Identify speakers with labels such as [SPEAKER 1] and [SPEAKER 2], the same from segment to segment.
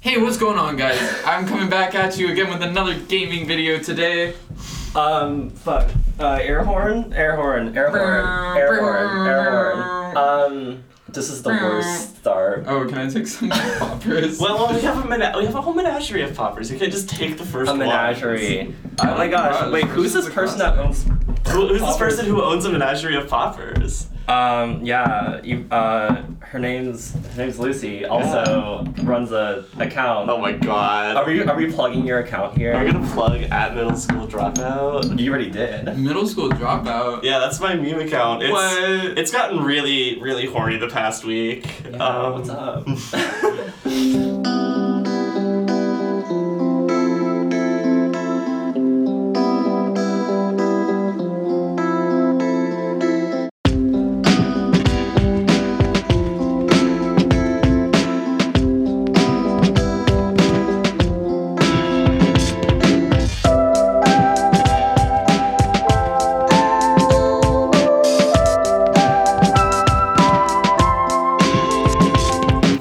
[SPEAKER 1] Hey, what's going on, guys? I'm coming back at you again with another gaming video today.
[SPEAKER 2] Um, fuck. Uh, air horn? Air horn. Air horn. Air horn. Air horn. Um, this is the worst start.
[SPEAKER 1] Oh, can I take some poppers?
[SPEAKER 3] Well, well, we have a mena- we have a whole menagerie of poppers. You can't just take the first
[SPEAKER 2] A
[SPEAKER 3] one.
[SPEAKER 2] menagerie.
[SPEAKER 1] I
[SPEAKER 2] Oh my
[SPEAKER 1] like
[SPEAKER 2] gosh.
[SPEAKER 1] poppers.
[SPEAKER 2] Wait,
[SPEAKER 1] This
[SPEAKER 2] who's this
[SPEAKER 1] is a
[SPEAKER 2] person that owns.
[SPEAKER 3] Who,
[SPEAKER 2] Poppers.
[SPEAKER 3] who's this person who owns a menagerie of poppers?
[SPEAKER 2] Um, yeah. You, uh, her name's her name's Lucy. Also runs a account.
[SPEAKER 3] Oh my god.
[SPEAKER 2] Are we are we plugging your account here?
[SPEAKER 3] Are we gonna plug at middle school dropout?
[SPEAKER 2] You already did.
[SPEAKER 1] Middle school dropout.
[SPEAKER 3] Yeah, that's my meme account. It's
[SPEAKER 1] What?
[SPEAKER 3] it's gotten really really horny the past week. um,
[SPEAKER 2] Uh, what's up?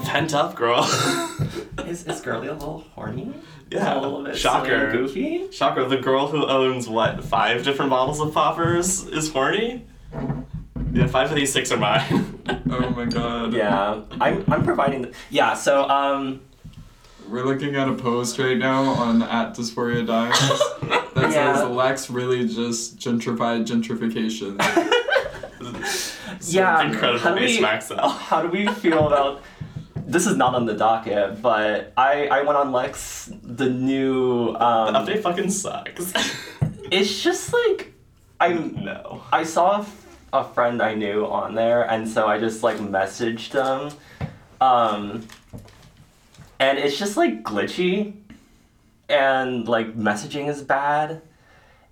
[SPEAKER 3] Pent up, girl.
[SPEAKER 2] is is girly a little horny? A
[SPEAKER 3] Yeah,
[SPEAKER 2] little bit
[SPEAKER 3] shocker.
[SPEAKER 2] silly and Goofy.
[SPEAKER 3] Shocker, the girl who owns what five different bottles of poppers is horny. Yeah, five of these six are mine.
[SPEAKER 1] Oh my god.
[SPEAKER 2] Yeah, I'm I'm providing. The, yeah. So um.
[SPEAKER 1] We're looking at a post right now on at Dysphoria Dimes that
[SPEAKER 2] Yeah.
[SPEAKER 1] says Lex really just gentrified gentrification.
[SPEAKER 2] Yeah. how
[SPEAKER 3] Incredible
[SPEAKER 2] do
[SPEAKER 3] base
[SPEAKER 2] we-
[SPEAKER 3] max out.
[SPEAKER 2] How do we feel about this? Is not on the docket, but I I went on Lex the new um.
[SPEAKER 3] The update fucking sucks.
[SPEAKER 2] It's just like I
[SPEAKER 3] no.
[SPEAKER 2] I saw a f- a friend I knew on there, and so I just like messaged them, um, and it's just like glitchy, and like messaging is bad,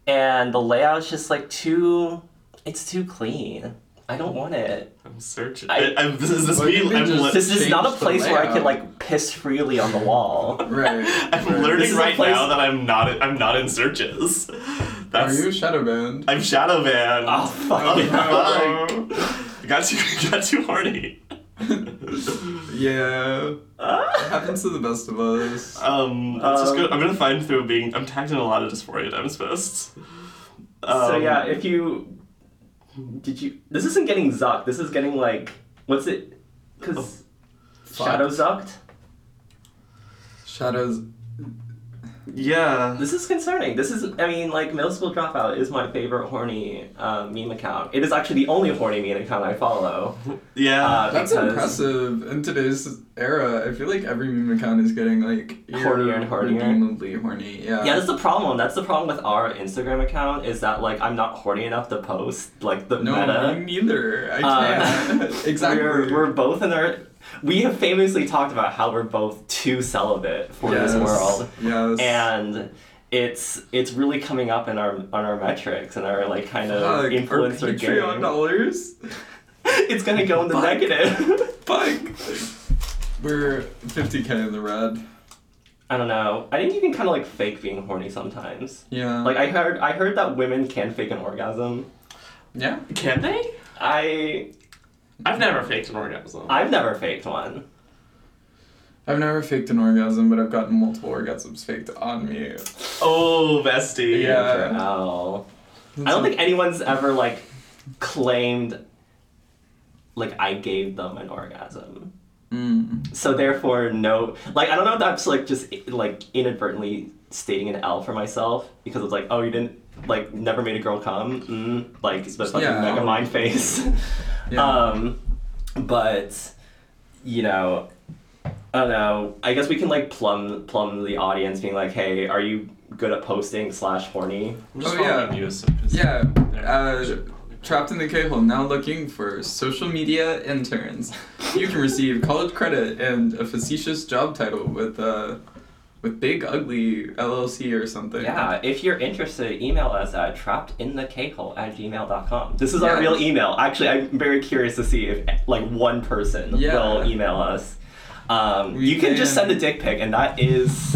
[SPEAKER 2] and the layout's just like too. It's too clean. I don't want it.
[SPEAKER 3] I'm searching.
[SPEAKER 2] I-
[SPEAKER 3] I, am this is this
[SPEAKER 1] Well, you
[SPEAKER 3] me.
[SPEAKER 1] can
[SPEAKER 3] I'm,
[SPEAKER 1] just-
[SPEAKER 3] le-
[SPEAKER 2] This is not a
[SPEAKER 1] Change the
[SPEAKER 2] place where I can
[SPEAKER 1] layout.
[SPEAKER 2] like piss freely on the wall.
[SPEAKER 1] right.
[SPEAKER 3] I'm
[SPEAKER 2] This
[SPEAKER 3] learning
[SPEAKER 2] is a
[SPEAKER 3] right
[SPEAKER 2] place-
[SPEAKER 3] now that I'm not. I'm not in searches.
[SPEAKER 1] Are
[SPEAKER 3] That's.
[SPEAKER 1] you shadow banned?
[SPEAKER 3] I'm shadow banned.
[SPEAKER 2] Oh, fuck.
[SPEAKER 3] Oh, fuck. got too got too horny.
[SPEAKER 1] Yeah. It happens to the best of us.
[SPEAKER 3] Um, let's just go.
[SPEAKER 2] Um,
[SPEAKER 3] I'm gonna find through being. I'm tagged in a lot of dysphoria times posts.
[SPEAKER 2] so
[SPEAKER 3] Um,
[SPEAKER 2] yeah, if you did you this isn't getting zucked. This is getting like what's it?
[SPEAKER 1] Oh,
[SPEAKER 2] Because
[SPEAKER 1] Fuck.
[SPEAKER 2] shadow zucked.
[SPEAKER 1] Shadows.
[SPEAKER 3] yeah.
[SPEAKER 2] This is concerning. This is I mean like middle school dropout is my favorite horny uh, meme account. It is actually the only horny meme account I follow.
[SPEAKER 3] Yeah.
[SPEAKER 2] Uh,
[SPEAKER 1] That's
[SPEAKER 2] because-
[SPEAKER 1] impressive. In today's era, I feel like every meme account is getting like
[SPEAKER 2] Hornier and hornier.
[SPEAKER 1] irredeemably horny. Yeah.
[SPEAKER 2] Yeah, that's the problem. That's the problem with our Instagram account is that like I'm not horny enough to post like the
[SPEAKER 1] no,
[SPEAKER 2] meta.
[SPEAKER 1] me neither. I
[SPEAKER 2] Um,
[SPEAKER 1] can't. exactly.
[SPEAKER 2] We're, we're both in our. We have famously talked about how we're both too celibate for
[SPEAKER 1] yes.
[SPEAKER 2] this world,
[SPEAKER 1] Yes.
[SPEAKER 2] and it's it's really coming up in our on our metrics and our like kind of
[SPEAKER 1] Fuck, our
[SPEAKER 2] uh, influencer
[SPEAKER 1] Patreon
[SPEAKER 2] game.
[SPEAKER 1] dollars.
[SPEAKER 2] It's gonna go in the
[SPEAKER 1] Fuck.
[SPEAKER 2] negative.
[SPEAKER 1] Fuck. We're 50k in the red.
[SPEAKER 2] I don't know. I think you can kind of like fake being horny sometimes.
[SPEAKER 1] Yeah.
[SPEAKER 2] Like I heard I heard that women can fake an orgasm.
[SPEAKER 1] yeah.
[SPEAKER 3] Can they?
[SPEAKER 2] I
[SPEAKER 3] I've never faked an orgasm.
[SPEAKER 2] I've never faked one.
[SPEAKER 1] I've never faked an orgasm, but I've gotten multiple orgasms faked on me.
[SPEAKER 3] oh, bestie.
[SPEAKER 1] Yeah.
[SPEAKER 2] Wow. Oh. I don't think anyone's ever like claimed like I gave them an orgasm.
[SPEAKER 1] Mm.
[SPEAKER 2] So therefore no like I don't know if that's like just like inadvertently stating an L for myself because it's like, oh you didn't like never made a girl come. Mm, like it's the fucking
[SPEAKER 1] Yeah.
[SPEAKER 2] mega mind face.
[SPEAKER 1] Yeah.
[SPEAKER 2] Um but you know I don't know. I guess we can like plumb plumb the audience being like, hey, are you good at posting slash horny?
[SPEAKER 3] I'm just
[SPEAKER 1] Oh,
[SPEAKER 3] following
[SPEAKER 1] yeah.
[SPEAKER 3] you, so-
[SPEAKER 1] Yeah. Uh, trapped in the K hole, now looking for social media interns. You can receive college credit and a facetious job title with uh, with Big Ugly LLC or something.
[SPEAKER 2] Yeah, if you're interested, email us at trappedinthecakehole at gmail.com. This is our
[SPEAKER 1] Yes.
[SPEAKER 2] real email. Actually, I'm very curious to see if like one person
[SPEAKER 1] Yeah.
[SPEAKER 2] will email us. Um,
[SPEAKER 1] We
[SPEAKER 2] you can, just
[SPEAKER 1] can-
[SPEAKER 2] send a dick pic, and that is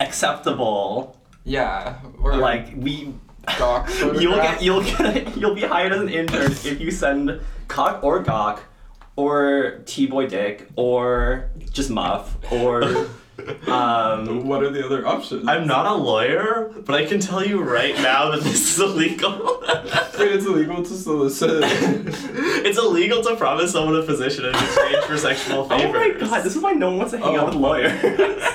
[SPEAKER 2] acceptable.
[SPEAKER 1] Yeah. Or
[SPEAKER 2] Like we,
[SPEAKER 1] Gawk
[SPEAKER 2] you'll
[SPEAKER 1] photograph.
[SPEAKER 2] get you'll get you'll be hired as an intern if you send cock or gawk or T Boy Dick, or just Muff,
[SPEAKER 1] Uh,
[SPEAKER 2] or um,
[SPEAKER 1] What are the other options?
[SPEAKER 3] Uh, I'm not a lawyer, but I can tell you right now that this is illegal.
[SPEAKER 1] Wait, it's illegal to solicit.
[SPEAKER 3] it's illegal to promise someone a position in exchange for sexual
[SPEAKER 2] oh
[SPEAKER 3] favors.
[SPEAKER 2] my god, this is why no one wants to hang out with
[SPEAKER 1] Oh.
[SPEAKER 2] lawyers.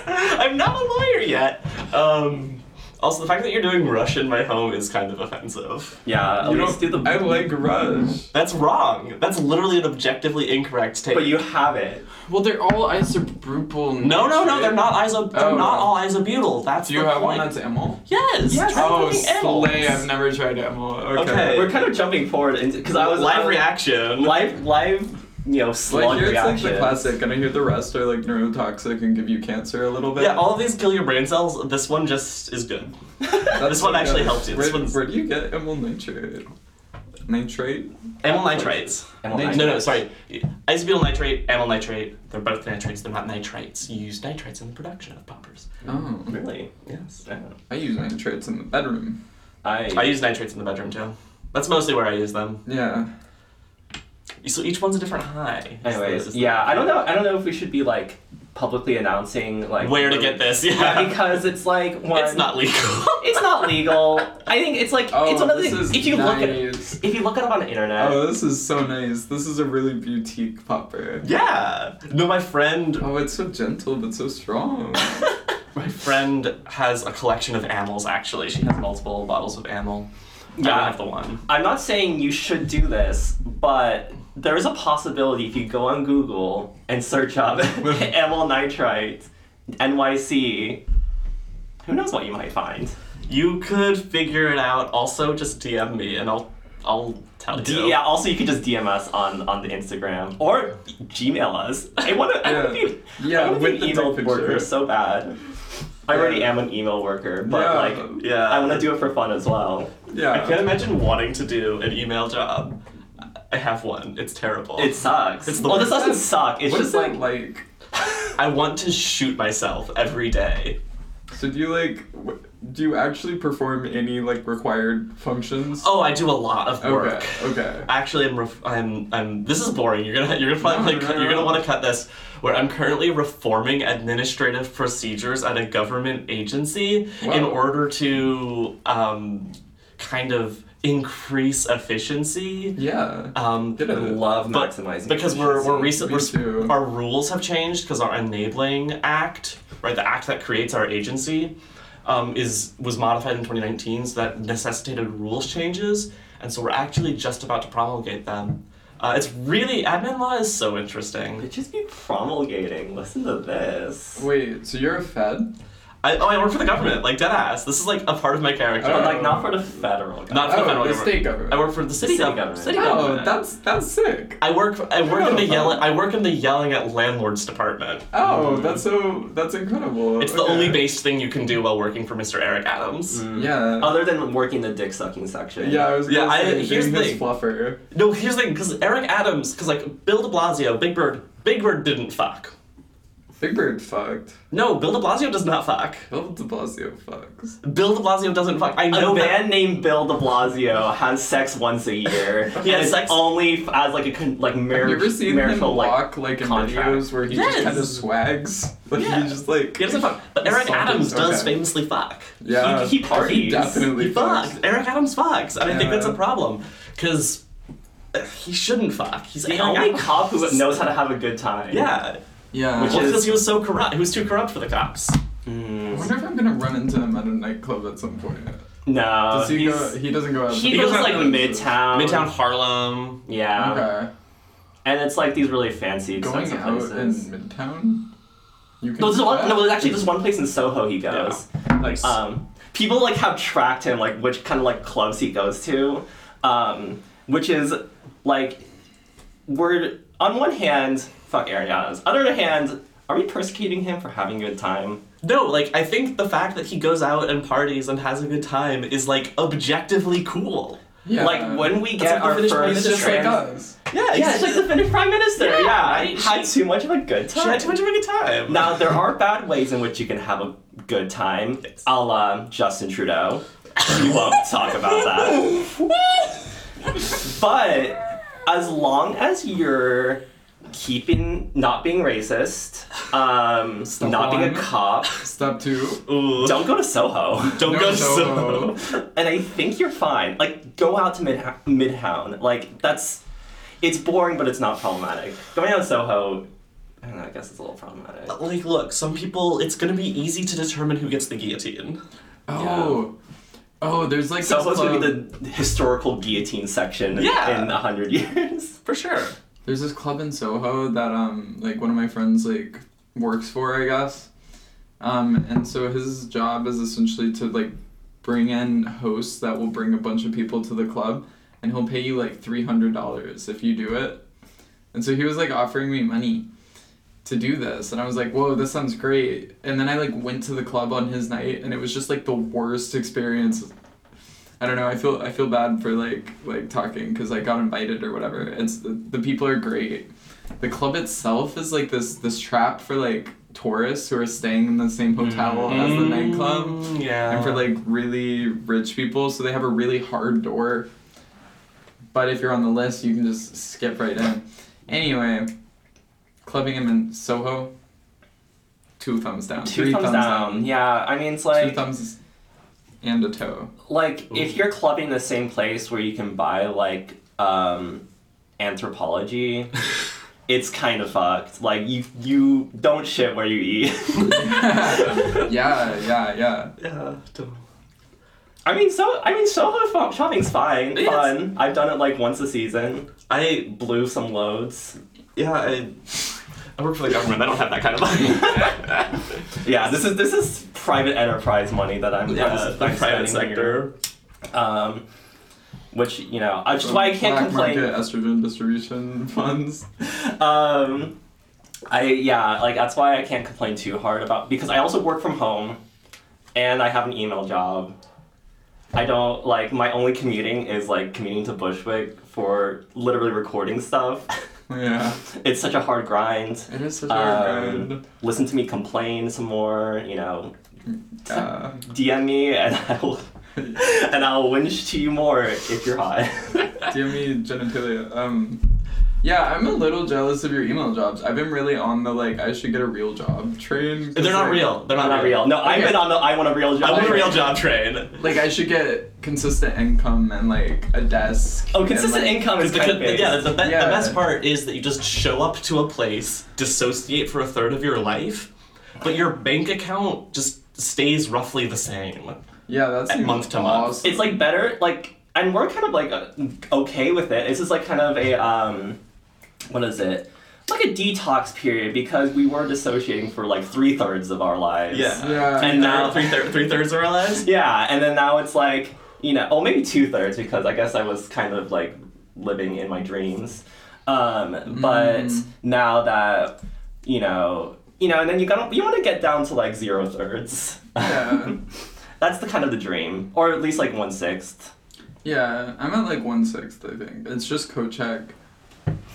[SPEAKER 3] I'm not a lawyer yet. Um, also, the fact that you're doing Rush in my home is kind of offensive.
[SPEAKER 2] yeah, at
[SPEAKER 1] You
[SPEAKER 2] least do
[SPEAKER 1] don't-
[SPEAKER 2] the.
[SPEAKER 1] I like Rush.
[SPEAKER 3] That's wrong. That's literally an objectively incorrect take.
[SPEAKER 2] but you have it.
[SPEAKER 1] Well, they're all isobutylbutyl.
[SPEAKER 3] No, no, no. They're not iso. They're
[SPEAKER 1] Oh.
[SPEAKER 3] not all isobutyl. That's
[SPEAKER 1] Do you
[SPEAKER 3] the
[SPEAKER 1] have one
[SPEAKER 3] point.
[SPEAKER 1] that's Emil?
[SPEAKER 3] Yes.
[SPEAKER 2] Yes.
[SPEAKER 3] try
[SPEAKER 1] Oh,
[SPEAKER 3] fucking animals.
[SPEAKER 1] slay! I've never tried Emil. Okay.
[SPEAKER 3] Okay.
[SPEAKER 2] We're kind of jumping forward into because I was I
[SPEAKER 3] live
[SPEAKER 2] was-
[SPEAKER 3] reaction.
[SPEAKER 2] Live, live, you know, slug
[SPEAKER 1] Like here it's like
[SPEAKER 2] reaction.
[SPEAKER 1] the classic, and I hear the rest are like neurotoxic and give you cancer a little bit.
[SPEAKER 3] Yeah, all of these kill your brain cells. This one just is good.
[SPEAKER 1] That's
[SPEAKER 3] this one
[SPEAKER 1] what
[SPEAKER 3] actually
[SPEAKER 1] it
[SPEAKER 3] helps you.
[SPEAKER 1] Where,
[SPEAKER 3] This one's
[SPEAKER 1] where do you get amyl nitrate? Nitrate?
[SPEAKER 3] amyl nitrates.
[SPEAKER 2] Amyl
[SPEAKER 3] Ni-
[SPEAKER 2] nitrates.
[SPEAKER 3] No, no, sorry. Isobutyl nitrate, amyl nitrate. They're both nitrates. They're not nitrites. You use nitrites in the production of poppers.
[SPEAKER 1] Oh,
[SPEAKER 2] Really?
[SPEAKER 3] Yes.
[SPEAKER 2] I don't know.
[SPEAKER 1] I use nitrates in the bedroom.
[SPEAKER 3] I
[SPEAKER 2] I
[SPEAKER 3] use nitrates in the bedroom too. That's mostly where I use them.
[SPEAKER 1] Yeah.
[SPEAKER 3] So each one's a different high. Is the- is
[SPEAKER 2] anyways,
[SPEAKER 3] the-
[SPEAKER 2] yeah, I don't know. I don't know if we should be like publicly announcing like
[SPEAKER 3] Where to get this?
[SPEAKER 2] Yeah,
[SPEAKER 3] Yeah.
[SPEAKER 2] because it's like one.
[SPEAKER 3] It's not legal.
[SPEAKER 2] It's not legal. I think it's like
[SPEAKER 1] Oh,
[SPEAKER 2] it's one of the
[SPEAKER 1] this is
[SPEAKER 2] things if you look at
[SPEAKER 1] nice.
[SPEAKER 2] if you look it up on the internet.
[SPEAKER 1] Oh, this is so nice. This is a really boutique popper.
[SPEAKER 3] Yeah. No, my friend.
[SPEAKER 1] Oh, it's so gentle but so strong.
[SPEAKER 3] My friend has a collection of amyls. Actually, she has multiple bottles of amyl. I
[SPEAKER 2] Yeah.
[SPEAKER 3] don't have the one.
[SPEAKER 2] I'm not saying you should do this, but there is a possibility if you go on Google and search up amyl nitrite NYC, who knows what you might find.
[SPEAKER 3] You could figure it out. Also, just DM me and I'll I'll tell you.
[SPEAKER 2] D- yeah. Also, you could just DM us on on the Instagram or Gmail us. I want to. I want
[SPEAKER 1] Yeah.
[SPEAKER 2] to be.
[SPEAKER 1] Yeah,
[SPEAKER 2] I want to
[SPEAKER 1] with
[SPEAKER 2] be
[SPEAKER 1] the
[SPEAKER 2] an email
[SPEAKER 1] dick
[SPEAKER 2] worker
[SPEAKER 1] picture.
[SPEAKER 2] so bad. I already
[SPEAKER 1] Yeah.
[SPEAKER 2] am an email worker, but
[SPEAKER 1] Yeah.
[SPEAKER 2] like,
[SPEAKER 3] Yeah.
[SPEAKER 2] I want to do it for fun as well.
[SPEAKER 3] I
[SPEAKER 1] yeah.
[SPEAKER 3] can't imagine wanting to do an email job. I have one. It's terrible.
[SPEAKER 2] It sucks.
[SPEAKER 3] It's the
[SPEAKER 2] well, this
[SPEAKER 3] worst.
[SPEAKER 2] doesn't suck. It's
[SPEAKER 1] What is
[SPEAKER 2] just like,
[SPEAKER 1] that like?
[SPEAKER 3] I want to shoot myself every day.
[SPEAKER 1] So do you like? w- Do you actually perform any like required functions?
[SPEAKER 3] Oh, I do a lot of work.
[SPEAKER 1] Okay. Okay.
[SPEAKER 3] Actually, I'm, ref- I'm, I'm. This is boring. You're gonna, you're gonna probably,
[SPEAKER 1] No, no,
[SPEAKER 3] cut,
[SPEAKER 1] no,
[SPEAKER 3] you're gonna
[SPEAKER 1] no.
[SPEAKER 3] want to cut this. Where I'm currently reforming administrative procedures at a government agency in
[SPEAKER 1] Wow.
[SPEAKER 3] order to, um, kind of increase efficiency.
[SPEAKER 1] Yeah.
[SPEAKER 3] Um,
[SPEAKER 1] Did
[SPEAKER 2] I
[SPEAKER 1] it?
[SPEAKER 2] love
[SPEAKER 3] but-
[SPEAKER 2] maximizing
[SPEAKER 3] because we're we're recent.
[SPEAKER 1] Me
[SPEAKER 3] We're, s-
[SPEAKER 1] too.
[SPEAKER 3] our rules have changed because our enabling act, right, the act that creates our agency, um, is was modified in 2019, so that necessitated rules changes, and so we're actually just about to promulgate them. Uh, it's really admin law is so interesting.
[SPEAKER 2] Could just be promulgating. Listen to this.
[SPEAKER 1] Wait. So you're a Fed?
[SPEAKER 3] I, oh, I work for the government, like deadass. This is like a part of my character.
[SPEAKER 1] Oh.
[SPEAKER 2] But like, not for the federal.
[SPEAKER 3] Not for the
[SPEAKER 1] Oh,
[SPEAKER 3] federal
[SPEAKER 1] the
[SPEAKER 3] government.
[SPEAKER 1] state government.
[SPEAKER 3] I work for the city,
[SPEAKER 2] City
[SPEAKER 3] gov-
[SPEAKER 2] government.
[SPEAKER 3] City
[SPEAKER 1] Oh,
[SPEAKER 3] government.
[SPEAKER 1] that's that's sick.
[SPEAKER 3] I work. I work
[SPEAKER 1] Oh.
[SPEAKER 3] in the yelling. I work in the yelling at landlord's department.
[SPEAKER 1] Oh, that's so that's incredible.
[SPEAKER 3] It's the
[SPEAKER 1] Okay.
[SPEAKER 3] only based thing you can do while working for Mr. Eric Adams.
[SPEAKER 2] Mm.
[SPEAKER 1] Yeah.
[SPEAKER 2] Other than working the dick sucking section.
[SPEAKER 1] yeah, I was
[SPEAKER 3] Uh, Yeah,
[SPEAKER 1] gonna
[SPEAKER 3] I-
[SPEAKER 1] say,
[SPEAKER 3] here's
[SPEAKER 1] being
[SPEAKER 3] the
[SPEAKER 1] this
[SPEAKER 3] thing.
[SPEAKER 1] fluffer.
[SPEAKER 3] No, here's the thing, because Eric Adams, because like Bill De Blasio, Big Bird, Big Bird didn't fuck.
[SPEAKER 1] Big Bird fucked.
[SPEAKER 3] No, Bill De Blasio does not fuck.
[SPEAKER 1] Bill De Blasio fucks.
[SPEAKER 3] Bill De Blasio doesn't fuck. I
[SPEAKER 2] A
[SPEAKER 3] know that.
[SPEAKER 2] man named Bill De Blasio has sex once a year.
[SPEAKER 3] He has
[SPEAKER 2] and
[SPEAKER 3] sex-
[SPEAKER 2] only f- as like a con- like
[SPEAKER 1] Have
[SPEAKER 2] mar-
[SPEAKER 1] you ever seen him
[SPEAKER 2] marital like.
[SPEAKER 1] walk like in
[SPEAKER 2] contract.
[SPEAKER 1] videos where he
[SPEAKER 3] Yes.
[SPEAKER 1] just kind of swags? Like
[SPEAKER 3] Yeah.
[SPEAKER 1] he just like
[SPEAKER 3] He doesn't fuck. But Eric
[SPEAKER 1] Something-
[SPEAKER 3] Adams does
[SPEAKER 1] okay.
[SPEAKER 3] famously fuck.
[SPEAKER 1] Yeah.
[SPEAKER 2] he parties.
[SPEAKER 1] definitely
[SPEAKER 3] He fucks. Eric Adams fucks. And I
[SPEAKER 1] Yeah.
[SPEAKER 3] think that's a problem, because he shouldn't fuck. He's
[SPEAKER 2] The
[SPEAKER 3] Eric
[SPEAKER 2] only
[SPEAKER 3] Adams.
[SPEAKER 2] cop who knows how to have a good time.
[SPEAKER 3] Yeah.
[SPEAKER 1] Yeah.
[SPEAKER 2] Which
[SPEAKER 3] Well,
[SPEAKER 2] is-
[SPEAKER 3] because he was so corrupt. He was too corrupt for the cops.
[SPEAKER 1] I
[SPEAKER 2] Mm.
[SPEAKER 1] wonder if I'm gonna run into him at a nightclub at some point.
[SPEAKER 2] No.
[SPEAKER 1] Does he
[SPEAKER 2] Uh, he's-
[SPEAKER 1] go? He doesn't go out.
[SPEAKER 2] he
[SPEAKER 1] to-
[SPEAKER 2] goes
[SPEAKER 3] goes out
[SPEAKER 2] like
[SPEAKER 3] to-
[SPEAKER 2] midtown.
[SPEAKER 3] Midtown Harlem.
[SPEAKER 2] Yeah.
[SPEAKER 1] Okay.
[SPEAKER 2] And it's like these really fancy
[SPEAKER 1] Going
[SPEAKER 2] expensive
[SPEAKER 1] out in
[SPEAKER 2] places.
[SPEAKER 1] Midtown. You can.
[SPEAKER 2] No, there's one, no,
[SPEAKER 1] flex?
[SPEAKER 2] there's actually just one place in Soho he goes.
[SPEAKER 3] Nice.
[SPEAKER 2] Um, people like have tracked him, like which kind of like clubs he goes to, um, which is like we're on one hand, fuck Aaron Adams. On the other hand, are we persecuting him for having a good time?
[SPEAKER 3] No, like I think the fact that he goes out and parties and has a good time is like objectively cool.
[SPEAKER 1] Yeah.
[SPEAKER 2] Like when we
[SPEAKER 3] That's
[SPEAKER 2] get
[SPEAKER 3] like the
[SPEAKER 2] our
[SPEAKER 3] Finnish Prime
[SPEAKER 2] first
[SPEAKER 1] It's just like
[SPEAKER 2] trans-
[SPEAKER 1] us.
[SPEAKER 3] Yeah,
[SPEAKER 2] Yeah, it's like the Finnish prime minister. Yeah,
[SPEAKER 3] Yeah,
[SPEAKER 2] I
[SPEAKER 3] right?
[SPEAKER 2] had
[SPEAKER 3] She-
[SPEAKER 2] too much of a good
[SPEAKER 3] she
[SPEAKER 2] time.
[SPEAKER 3] had too much of a good time.
[SPEAKER 2] Now there are bad ways in which you can have a good time, a la Justin Trudeau. We won't talk about that. But as long as you're keeping not being racist, um,
[SPEAKER 1] Step
[SPEAKER 2] not being a
[SPEAKER 1] one.
[SPEAKER 2] cop.
[SPEAKER 1] Step two.
[SPEAKER 3] Ooh.
[SPEAKER 2] Don't go to Soho.
[SPEAKER 3] Don't
[SPEAKER 1] No
[SPEAKER 3] go to
[SPEAKER 1] Soho.
[SPEAKER 3] Soho.
[SPEAKER 2] and I think you're fine. Like, go out to Mid Midtown. Like, that's it's boring, but it's not problematic. Going out to Soho, I don't know. I guess it's a little problematic.
[SPEAKER 3] Like, look, some people, it's gonna be easy to determine who gets the guillotine.
[SPEAKER 1] Oh. Oh, there's like this
[SPEAKER 2] Soho's gonna
[SPEAKER 1] club.
[SPEAKER 2] be the historical guillotine section
[SPEAKER 3] Yeah.
[SPEAKER 2] in a hundred years.
[SPEAKER 3] For sure.
[SPEAKER 1] There's this club in Soho that um like one of my friends like works for, I guess. Um and so his job is essentially to like bring in hosts that will bring a bunch of people to the club and he'll pay you like $300 if you do it. And so he was like offering me money to do this and I was like, "Whoa, this sounds great." And then I like went to the club on his night and it was just like the worst experience I don't know. I feel I feel bad for like like talking because I got invited or whatever. It's the, the people are great. The club itself is like this this trap for like tourists who are staying in the same hotel as the nightclub,
[SPEAKER 3] Mm, Yeah.
[SPEAKER 1] and for like really rich people. So they have a really hard door. But if you're on the list, you can just skip right in. Anyway, clubbing him in Soho. Two thumbs down.
[SPEAKER 2] Two
[SPEAKER 1] three
[SPEAKER 2] thumbs, down. Yeah, I mean, it's like
[SPEAKER 1] Two thumbs and a toe.
[SPEAKER 2] like if
[SPEAKER 3] Ooh.
[SPEAKER 2] you're clubbing the same place where you can buy like um anthropology it's kind of fucked like you you don't shit where you eat
[SPEAKER 1] Yeah, yeah, yeah.
[SPEAKER 3] Yeah, don't.
[SPEAKER 2] i mean so i mean soho fo- shopping's fine
[SPEAKER 3] Yes.
[SPEAKER 2] fun i've done it like once a season
[SPEAKER 3] I
[SPEAKER 2] blew some loads
[SPEAKER 3] Yeah, I, I work for the government. I don't have that kind of money.
[SPEAKER 2] yeah this is this is private enterprise money that i'm,
[SPEAKER 3] yeah,
[SPEAKER 2] uh,
[SPEAKER 3] this is the
[SPEAKER 2] I'm
[SPEAKER 3] private
[SPEAKER 2] spending
[SPEAKER 3] sector.
[SPEAKER 2] here. um which you know uh, which is why i can't
[SPEAKER 1] Black
[SPEAKER 2] complain
[SPEAKER 1] Market estrogen distribution funds.
[SPEAKER 2] um i yeah like that's why i can't complain too hard about because i also work from home and i have an email job i don't like my only commuting is like commuting to bushwick for literally recording stuff
[SPEAKER 1] Yeah,
[SPEAKER 2] it's such a hard grind
[SPEAKER 1] it is such a hard
[SPEAKER 2] um, listen to me complain some more you know
[SPEAKER 1] grind. Uh,
[SPEAKER 2] dm me and i'll and i'll winch to you more if you're hot
[SPEAKER 1] DM me genitalia. Um, yeah, I'm a little jealous of your email jobs. I've been really on the like I should get a real job train. 'cause,
[SPEAKER 3] They're not
[SPEAKER 1] like-
[SPEAKER 3] real. They're not,
[SPEAKER 2] I'm not real no i've
[SPEAKER 1] Okay.
[SPEAKER 2] been on the i want a real job
[SPEAKER 3] I want a
[SPEAKER 1] Okay.
[SPEAKER 3] real job train.
[SPEAKER 1] Like I should get consistent income and like a desk.
[SPEAKER 2] oh consistent
[SPEAKER 1] and, like,
[SPEAKER 2] income is
[SPEAKER 3] the,
[SPEAKER 2] kind of
[SPEAKER 3] yeah, the, be-
[SPEAKER 1] Yeah.
[SPEAKER 3] the best part is that you just show up to a place, dissociate for a third of your life, but your bank account just stays roughly the same.
[SPEAKER 1] Yeah, that's
[SPEAKER 3] month to month.
[SPEAKER 2] it's like better like and we're kind of like uh, okay with it it's just like kind of a um what is it like a detox period because we were dissociating for like three-thirds of our lives
[SPEAKER 3] Yeah.
[SPEAKER 1] Yeah.
[SPEAKER 3] And now
[SPEAKER 2] Three
[SPEAKER 3] three thir- three thirds are realized.
[SPEAKER 2] yeah and then now it's like you know oh maybe two-thirds because i guess i was kind of like living in my dreams um but
[SPEAKER 1] Mm.
[SPEAKER 2] now that you know you know and then you gotta you want to get down to like zero thirds
[SPEAKER 1] Yeah.
[SPEAKER 2] that's the kind of the dream or at least like one sixth
[SPEAKER 1] Yeah, I'm at like one sixth, I think. It's just co-check.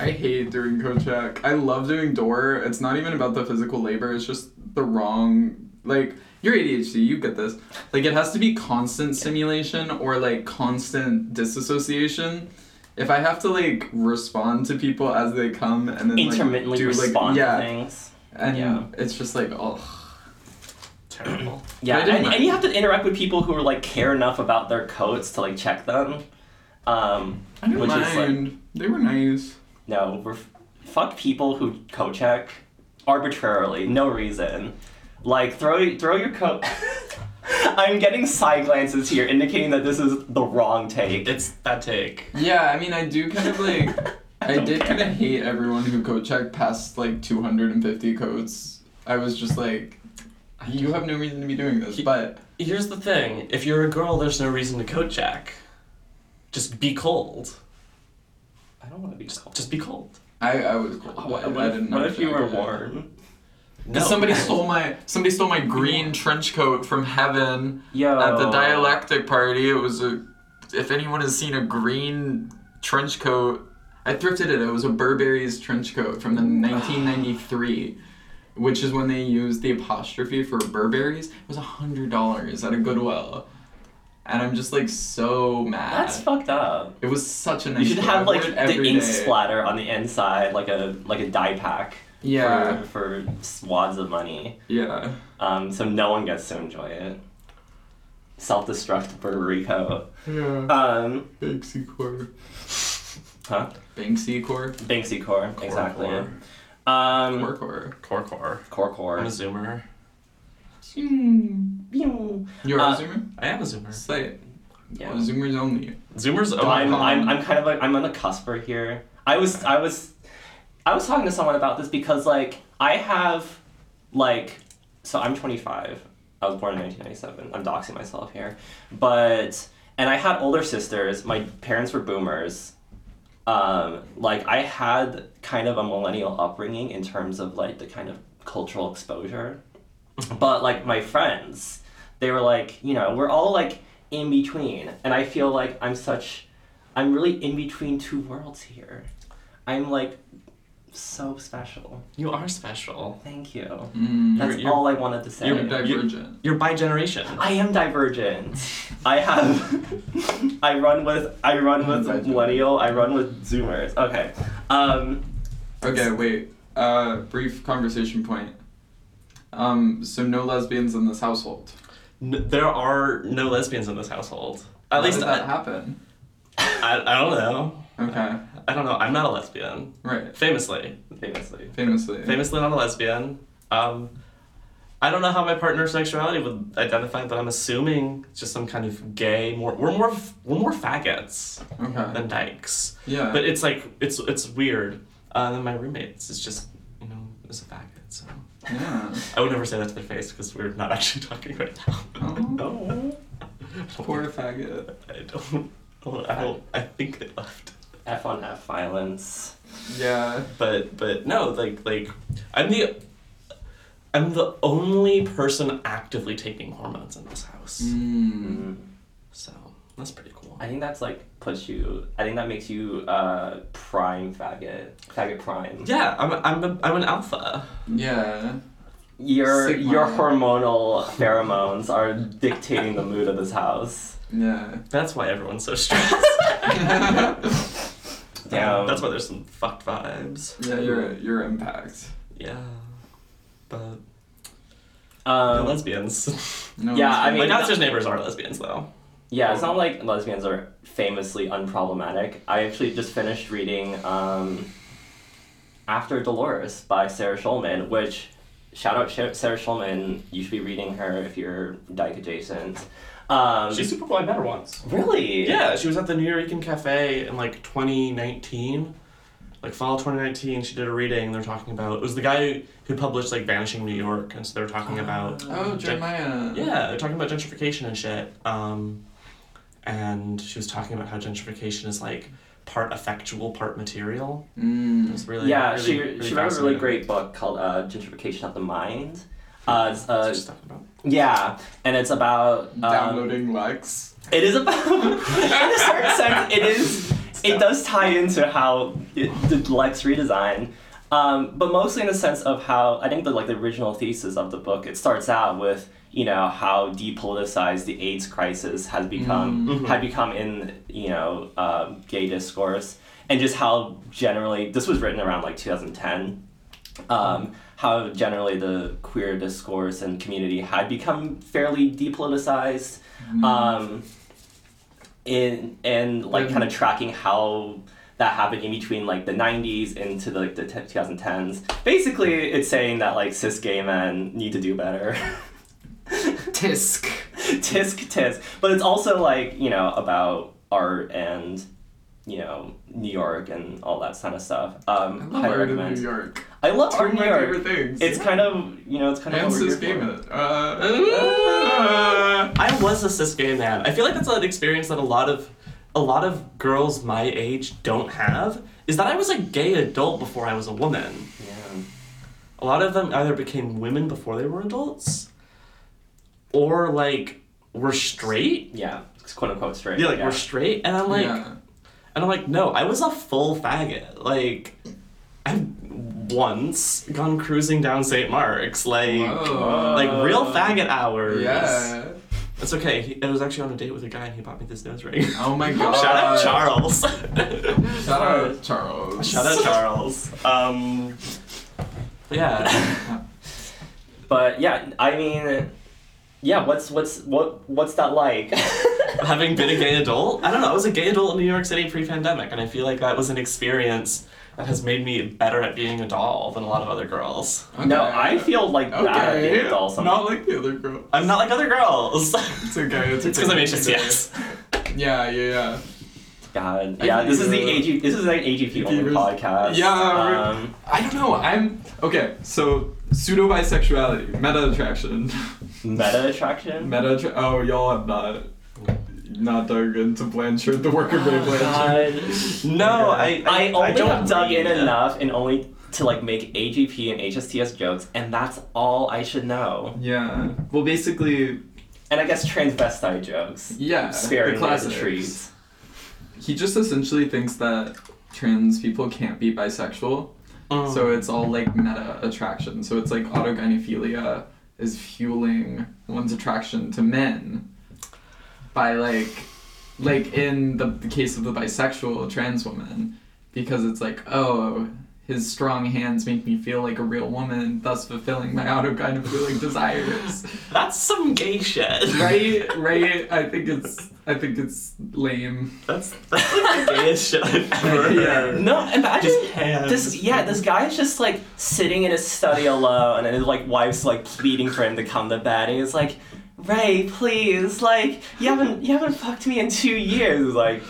[SPEAKER 1] I hate doing co-check. I love doing door. It's not even about the physical labor. It's just the wrong like you're ADHD. You get this. Like it has to be constant stimulation or like constant disassociation. If I have to like respond to people as they come and then like,
[SPEAKER 2] intermittently
[SPEAKER 1] do like
[SPEAKER 2] respond
[SPEAKER 1] yeah,
[SPEAKER 2] to things.
[SPEAKER 1] and
[SPEAKER 2] Yeah.
[SPEAKER 1] it's just like oh
[SPEAKER 3] Terrible.
[SPEAKER 2] Yeah,
[SPEAKER 1] I didn't
[SPEAKER 2] and,
[SPEAKER 1] mind.
[SPEAKER 2] and you have to interact with people who like care enough about their coats to like check them. Um,
[SPEAKER 1] I don't
[SPEAKER 2] which is like
[SPEAKER 1] mind. they were nice.
[SPEAKER 2] no, we're f- fuck people who coat check arbitrarily, no reason. Like throw throw your coat. I'm getting side glances here, indicating that this is the wrong take.
[SPEAKER 3] It's that take.
[SPEAKER 1] Yeah, I mean I do kind of like I,
[SPEAKER 2] don't
[SPEAKER 1] did
[SPEAKER 2] care.
[SPEAKER 1] kind of hate everyone who coat checked past like 250 coats. I was just like, you have no reason to be doing this, but
[SPEAKER 3] Here's the thing: if you're a girl, there's no reason to coat check. Just be cold.
[SPEAKER 2] I don't want to be
[SPEAKER 3] Just,
[SPEAKER 2] cold.
[SPEAKER 3] just be cold.
[SPEAKER 1] I, I was cold.
[SPEAKER 2] What,
[SPEAKER 1] I,
[SPEAKER 2] what
[SPEAKER 1] I
[SPEAKER 2] if-
[SPEAKER 1] didn't
[SPEAKER 2] what
[SPEAKER 1] know
[SPEAKER 2] if you
[SPEAKER 1] that.
[SPEAKER 2] were warm?
[SPEAKER 3] No.
[SPEAKER 1] Somebody stole my somebody stole my green trench coat from heaven
[SPEAKER 2] Yo.
[SPEAKER 1] at the dialectic party. It was a if anyone has seen a green trench coat, I thrifted it. It was a Burberry's trench coat from the 1993, which is when they used the apostrophe for Burberry's. It was a hundred dollars at a Goodwill. and I'm just like so mad.
[SPEAKER 2] That's fucked up.
[SPEAKER 1] it was such a nice.
[SPEAKER 2] You should
[SPEAKER 1] day. I
[SPEAKER 2] have
[SPEAKER 1] wore
[SPEAKER 2] like
[SPEAKER 1] it
[SPEAKER 2] the
[SPEAKER 1] every
[SPEAKER 2] ink
[SPEAKER 1] day.
[SPEAKER 2] splatter on the inside, like a like a dye pack.
[SPEAKER 1] Yeah,
[SPEAKER 2] For, for swads of money,
[SPEAKER 1] yeah.
[SPEAKER 2] um, so no one gets to enjoy it. Self-destruct Puerto Rico.
[SPEAKER 1] Yeah.
[SPEAKER 2] Um,
[SPEAKER 1] Banksy core.
[SPEAKER 2] huh?
[SPEAKER 1] Banksy core.
[SPEAKER 2] Banksy core, exactly.
[SPEAKER 3] core.
[SPEAKER 2] Um,
[SPEAKER 1] Core core.
[SPEAKER 3] Core core.
[SPEAKER 2] core
[SPEAKER 3] I'm a
[SPEAKER 2] core.
[SPEAKER 3] zoomer.
[SPEAKER 1] You're
[SPEAKER 2] Hmm. Uh,
[SPEAKER 1] a zoomer.
[SPEAKER 3] I am a zoomer.
[SPEAKER 1] Say it.
[SPEAKER 2] Yeah.
[SPEAKER 1] Zoomers only.
[SPEAKER 3] Zoomers own
[SPEAKER 2] I'm,
[SPEAKER 3] com-
[SPEAKER 2] I'm, I'm kind of like I'm on the cusper here. I was I was I was talking to someone about this because like I have like so I'm 25. I was born in 1997. I'm doxing myself here, but and I had older sisters. My parents were boomers. Um, like I had kind of a millennial upbringing in terms of like the kind of cultural exposure, but like my friends, they were like you know we're all like in between, and I feel like I'm such, I'm really in between two worlds here. I'm like so special.
[SPEAKER 3] You are special.
[SPEAKER 2] Thank you.
[SPEAKER 1] Mm,
[SPEAKER 2] That's
[SPEAKER 3] you're-
[SPEAKER 2] all I wanted to say.
[SPEAKER 1] you're divergent.
[SPEAKER 3] You're bi generation.
[SPEAKER 2] I am divergent. I have. I run with. I run with
[SPEAKER 1] Divergent.
[SPEAKER 2] millennial. I run with Zoomers. Okay. Um.
[SPEAKER 1] Okay, wait. Uh, brief conversation point. Um, so no lesbians in this household.
[SPEAKER 3] N- there are no lesbians in this household.
[SPEAKER 1] How
[SPEAKER 3] At least
[SPEAKER 1] did that
[SPEAKER 3] I,
[SPEAKER 1] happen.
[SPEAKER 3] I, I don't know.
[SPEAKER 1] Okay,
[SPEAKER 3] I don't know. I'm not a lesbian.
[SPEAKER 1] right.
[SPEAKER 3] Famously.
[SPEAKER 2] Famously.
[SPEAKER 1] Famously.
[SPEAKER 3] Famously not a lesbian. Um, I don't know how my partner's sexuality would identify, but I'm assuming it's just some kind of gay. More we're more f- we're more faggots
[SPEAKER 1] Okay.
[SPEAKER 3] than dykes.
[SPEAKER 1] Yeah.
[SPEAKER 3] But it's like it's it's weird. Uh, and my roommates is just you know is a faggot. So
[SPEAKER 1] yeah.
[SPEAKER 3] I would never say that to their face because we're not actually talking right now.
[SPEAKER 1] Oh,
[SPEAKER 2] Oh.
[SPEAKER 1] poor faggot.
[SPEAKER 3] I don't. I don't. I think they left.
[SPEAKER 2] F on F violence.
[SPEAKER 1] Yeah.
[SPEAKER 3] But but no, like like I'm the I'm the only person actively taking hormones in this house.
[SPEAKER 1] Mm.
[SPEAKER 3] So that's pretty cool.
[SPEAKER 2] I think that's like puts you. I think that makes you uh prime faggot. Faggot prime.
[SPEAKER 3] Yeah, I'm I'm a, I'm an alpha.
[SPEAKER 1] Yeah.
[SPEAKER 2] Your
[SPEAKER 1] Sigma.
[SPEAKER 2] your hormonal pheromones are dictating the mood of this house.
[SPEAKER 1] Yeah.
[SPEAKER 3] That's why everyone's so stressed.
[SPEAKER 2] Damn.
[SPEAKER 3] That's why there's some fucked vibes.
[SPEAKER 1] Yeah. Your your impact.
[SPEAKER 3] Yeah. But they're
[SPEAKER 2] Um,
[SPEAKER 3] lesbians.
[SPEAKER 1] No.
[SPEAKER 2] Yeah, I
[SPEAKER 3] My
[SPEAKER 2] mean-
[SPEAKER 3] downstairs neighbors are lesbians though.
[SPEAKER 2] Yeah, it's not like lesbians are famously unproblematic. I actually just finished reading um, After Dolores by Sarah Schulman, which, shout out Sha- Sarah Schulman, you should be reading her if you're dyke adjacent. Um,
[SPEAKER 3] She's super cool. I met her once.
[SPEAKER 2] really?
[SPEAKER 3] Yeah, she was at the New Eureka Cafe in like 2019, like fall 2019. She did a reading. They're talking about it was the guy who published like Vanishing New York, and so they're
[SPEAKER 2] Ah.
[SPEAKER 3] talking about
[SPEAKER 1] Oh, Jeremiah.
[SPEAKER 3] yeah, they're talking about gentrification and shit. Um, and she was talking about how gentrification is like part effectual, part material. It
[SPEAKER 1] Mm.
[SPEAKER 3] was really
[SPEAKER 2] yeah,
[SPEAKER 3] really,
[SPEAKER 2] she,
[SPEAKER 3] really
[SPEAKER 2] she wrote a really
[SPEAKER 3] fascinating.
[SPEAKER 2] great book called uh, Gentrification of the Mind. Uh, it's,
[SPEAKER 3] That's what
[SPEAKER 2] uh,
[SPEAKER 3] she's talking about.
[SPEAKER 2] yeah, and it's about. um,
[SPEAKER 1] Downloading likes.
[SPEAKER 2] It is about in a certain sense. It is. It does tie into how it, the Lex redesign, um, but mostly in the sense of how I think the like the original thesis of the book. It starts out with you know how depoliticized the AIDS crisis has become had become in you know uh, gay discourse and just how generally this was written around like 2010 um, how generally the queer discourse and community had become fairly depoliticized, um, in and like
[SPEAKER 1] Mhm.
[SPEAKER 2] kind of tracking how that happened in between like the 90s into the, like the t- 2010s. Basically, it's saying that like cis gay men need to do better.
[SPEAKER 1] Tisk.
[SPEAKER 2] tisk tisk, but it's also like you know about art and you know New York and all that kind of stuff.
[SPEAKER 1] I
[SPEAKER 2] Um,
[SPEAKER 1] love
[SPEAKER 2] highly
[SPEAKER 1] art in
[SPEAKER 2] recommend.
[SPEAKER 1] New York.
[SPEAKER 2] I love
[SPEAKER 1] Two
[SPEAKER 2] art
[SPEAKER 1] of
[SPEAKER 2] in New
[SPEAKER 1] my
[SPEAKER 2] York.
[SPEAKER 1] favorite things.
[SPEAKER 2] It's kind of you know it's kind of
[SPEAKER 1] And
[SPEAKER 2] what we're
[SPEAKER 1] cis
[SPEAKER 2] here
[SPEAKER 1] gay
[SPEAKER 2] for.
[SPEAKER 1] men. Uh,
[SPEAKER 3] I was a cis gay man. I feel like that's an experience that a lot of a lot of girls my age don't have. Is that I was a gay adult before I was a woman.
[SPEAKER 2] Yeah.
[SPEAKER 3] A lot of them either became women before they were adults, or like were straight.
[SPEAKER 2] yeah, it's quote unquote straight.
[SPEAKER 3] Yeah, like we're straight, and I'm like,
[SPEAKER 1] yeah.
[SPEAKER 3] and I'm like, no, I was a full faggot. Like, I've once gone cruising down St. Mark's, like,
[SPEAKER 1] Whoa. Uh,
[SPEAKER 3] like real faggot hours.
[SPEAKER 1] Yeah.
[SPEAKER 3] That's okay. He, I was actually on a date with a guy and he bought me this nose ring.
[SPEAKER 1] Oh my god.
[SPEAKER 3] Shout out Charles.
[SPEAKER 1] Shout out Charles.
[SPEAKER 3] Shout out Charles. Um, yeah.
[SPEAKER 2] But yeah, I mean, yeah. What's what's what what's that like?
[SPEAKER 3] Having been a gay adult, I don't know. I was a gay adult in New York City pre-pandemic, and I feel like that was an experience that has made me better at being a doll than a lot of other girls.
[SPEAKER 2] No,
[SPEAKER 1] Okay.
[SPEAKER 2] I feel like
[SPEAKER 1] Okay.
[SPEAKER 2] that at being a doll
[SPEAKER 1] Not
[SPEAKER 2] sometimes.
[SPEAKER 1] like the other girl.
[SPEAKER 3] I'm not like other girls.
[SPEAKER 1] It's okay. It's
[SPEAKER 3] It's
[SPEAKER 1] okay.
[SPEAKER 3] because I'm
[SPEAKER 1] It's okay.
[SPEAKER 3] HSCS.
[SPEAKER 1] Yeah, yeah, yeah.
[SPEAKER 2] God,
[SPEAKER 1] I
[SPEAKER 2] yeah.
[SPEAKER 1] think
[SPEAKER 2] This is the
[SPEAKER 1] you're-
[SPEAKER 2] AG. This is like an AGP only
[SPEAKER 1] Viewers-
[SPEAKER 2] podcast.
[SPEAKER 1] Yeah,
[SPEAKER 2] Um,
[SPEAKER 1] I don't know. I'm okay. So pseudo bisexuality, meta attraction,
[SPEAKER 2] meta attraction.
[SPEAKER 1] meta. Attra- oh, y'all have not not dug into Blanchard, the worker
[SPEAKER 2] Oh,
[SPEAKER 1] Blanchard.
[SPEAKER 2] God.
[SPEAKER 3] No, I.
[SPEAKER 2] I only
[SPEAKER 3] don't
[SPEAKER 2] dug in
[SPEAKER 3] read it.
[SPEAKER 2] enough and only to like make AGP and HSTS jokes, and that's all I should know.
[SPEAKER 1] Yeah. Well, basically,
[SPEAKER 2] And I guess transvestite jokes.
[SPEAKER 1] yeah.
[SPEAKER 2] Sparing
[SPEAKER 1] the
[SPEAKER 2] as a
[SPEAKER 1] classics.
[SPEAKER 2] treat.
[SPEAKER 1] He just essentially thinks that trans people can't be bisexual,
[SPEAKER 3] Mm.
[SPEAKER 1] so it's all like meta attraction. So it's like autogynephilia is fueling one's attraction to men by like, like in the, the case of the bisexual trans woman, because it's like oh. His strong hands make me feel like a real woman, thus fulfilling my autogynephilic desires.
[SPEAKER 3] That's some gay shit.
[SPEAKER 1] right right i think it's i think it's lame
[SPEAKER 3] That's that's like the gayest shit I've ever
[SPEAKER 1] Yeah.
[SPEAKER 3] heard.
[SPEAKER 2] No, imagine
[SPEAKER 3] Just hands.
[SPEAKER 2] this. Yeah, this guy is just like sitting in his study alone, and his like wife's like pleading for him to come to bed, and he's like, "Ray, please, like you haven't you haven't fucked me in two years." He's like,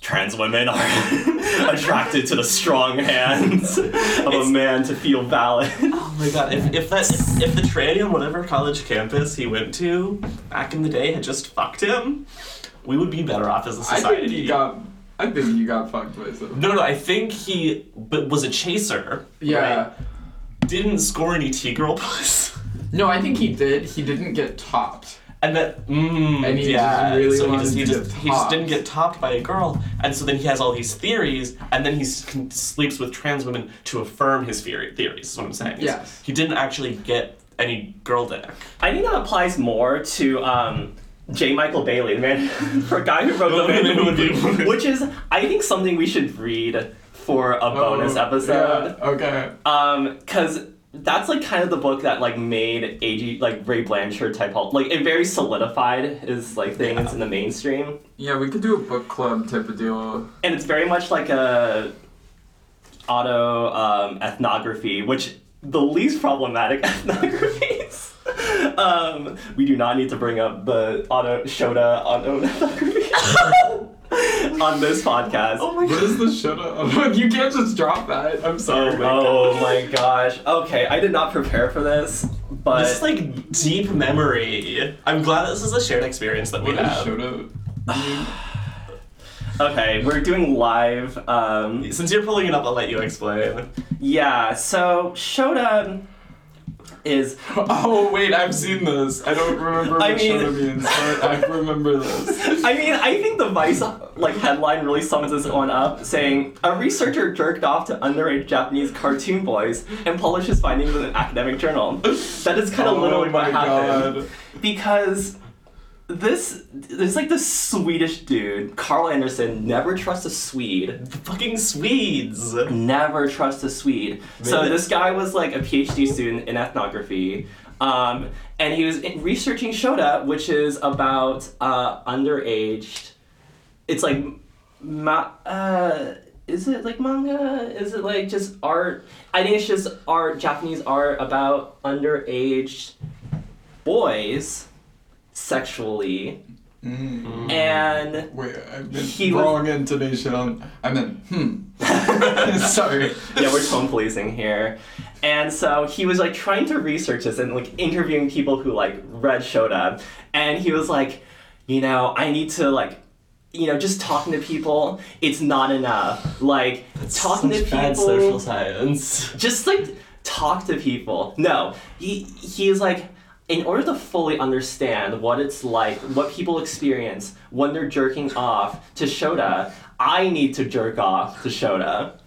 [SPEAKER 2] trans women are attracted to the strong hands of a man to feel valid.
[SPEAKER 3] Oh my god! If, if that if, if the tranny on whatever college campus he went to back in the day had just fucked him, we would be better off as a
[SPEAKER 1] i
[SPEAKER 3] society.
[SPEAKER 1] think you got i think you got fucked by some
[SPEAKER 3] no, no, no. I think he but was a chaser.
[SPEAKER 1] yeah
[SPEAKER 3] right? Didn't score any T girl plus.
[SPEAKER 1] no i think he did he didn't get topped
[SPEAKER 3] And that, mm,
[SPEAKER 1] And he
[SPEAKER 3] yeah.
[SPEAKER 1] just really
[SPEAKER 3] so he
[SPEAKER 1] wanted
[SPEAKER 3] just, he,
[SPEAKER 1] to
[SPEAKER 3] just,
[SPEAKER 1] get
[SPEAKER 3] he just didn't
[SPEAKER 1] topped.
[SPEAKER 3] get topped by a girl, and so then he has all these theories, and then he s- con- sleeps with trans women to affirm his theory- theories. Is what I'm saying. is
[SPEAKER 1] Yes.
[SPEAKER 3] He didn't actually get any girl dick.
[SPEAKER 2] I think that applies more to um, J. Michael Bailey, the man, for a guy who wrote The Man Who Would Be, Woman, which is I think something we should read for a bonus
[SPEAKER 1] Oh,
[SPEAKER 2] episode,
[SPEAKER 1] yeah, okay
[SPEAKER 2] Um 'cause because that's like kind of the book that like made AG like Ray Blanchard type like it very solidified his like things in the mainstream,
[SPEAKER 1] yeah we could do a book club type of deal
[SPEAKER 2] and it's very much like a auto um, ethnography, which the least problematic ethnographies. Um, we do not need to bring up the auto Shoda auto ethnography on this podcast.
[SPEAKER 3] Oh my
[SPEAKER 1] what is the shut up you can't just drop that i'm sorry
[SPEAKER 2] Oh my gosh. Okay, I did not prepare for this, but
[SPEAKER 3] This is like deep memory. I'm glad this is a shared experience that we
[SPEAKER 1] what is
[SPEAKER 3] have.
[SPEAKER 1] shut up
[SPEAKER 2] okay, we're doing live. Um,
[SPEAKER 3] Since you're pulling it up, I'll let you explain.
[SPEAKER 2] yeah, so Shoda is
[SPEAKER 1] oh wait i've seen this i don't remember what
[SPEAKER 2] I mean-
[SPEAKER 1] shut up means but i remember this
[SPEAKER 2] I mean, I think the Vice like headline really sums this one up, saying a researcher jerked off to underage Japanese cartoon boys and published his findings in an academic journal. That is kind of
[SPEAKER 1] Oh
[SPEAKER 2] literally
[SPEAKER 1] my
[SPEAKER 2] what happened
[SPEAKER 1] God.
[SPEAKER 2] because this there's like this Swedish dude, Carl Anderson, never trust a Swede.
[SPEAKER 3] The fucking Swedes.
[SPEAKER 2] Never trust a Swede. So
[SPEAKER 3] Really?
[SPEAKER 2] this guy was like a PhD student in ethnography. Um, and he was in- researching Shoda, which is about uh, underaged. It's like, ma- uh, is it like manga? Is it like just art? I think it's just art, Japanese art about underaged boys sexually. And
[SPEAKER 1] Hmm. wait i meant
[SPEAKER 2] He was-
[SPEAKER 1] wrong intonation i meant hmm sorry
[SPEAKER 2] yeah, we're tone policing here. And so he was like trying to research this and like interviewing people who like read Shoda. And he was like, you know, I need to like, you know, just talking to people, it's not enough. Like talking to
[SPEAKER 3] Such
[SPEAKER 2] people,
[SPEAKER 3] bad social science.
[SPEAKER 2] just like talk to people. No, he he's like in order to fully understand what it's like, what people experience when they're jerking off to Shoda, I need to jerk off to Shoda.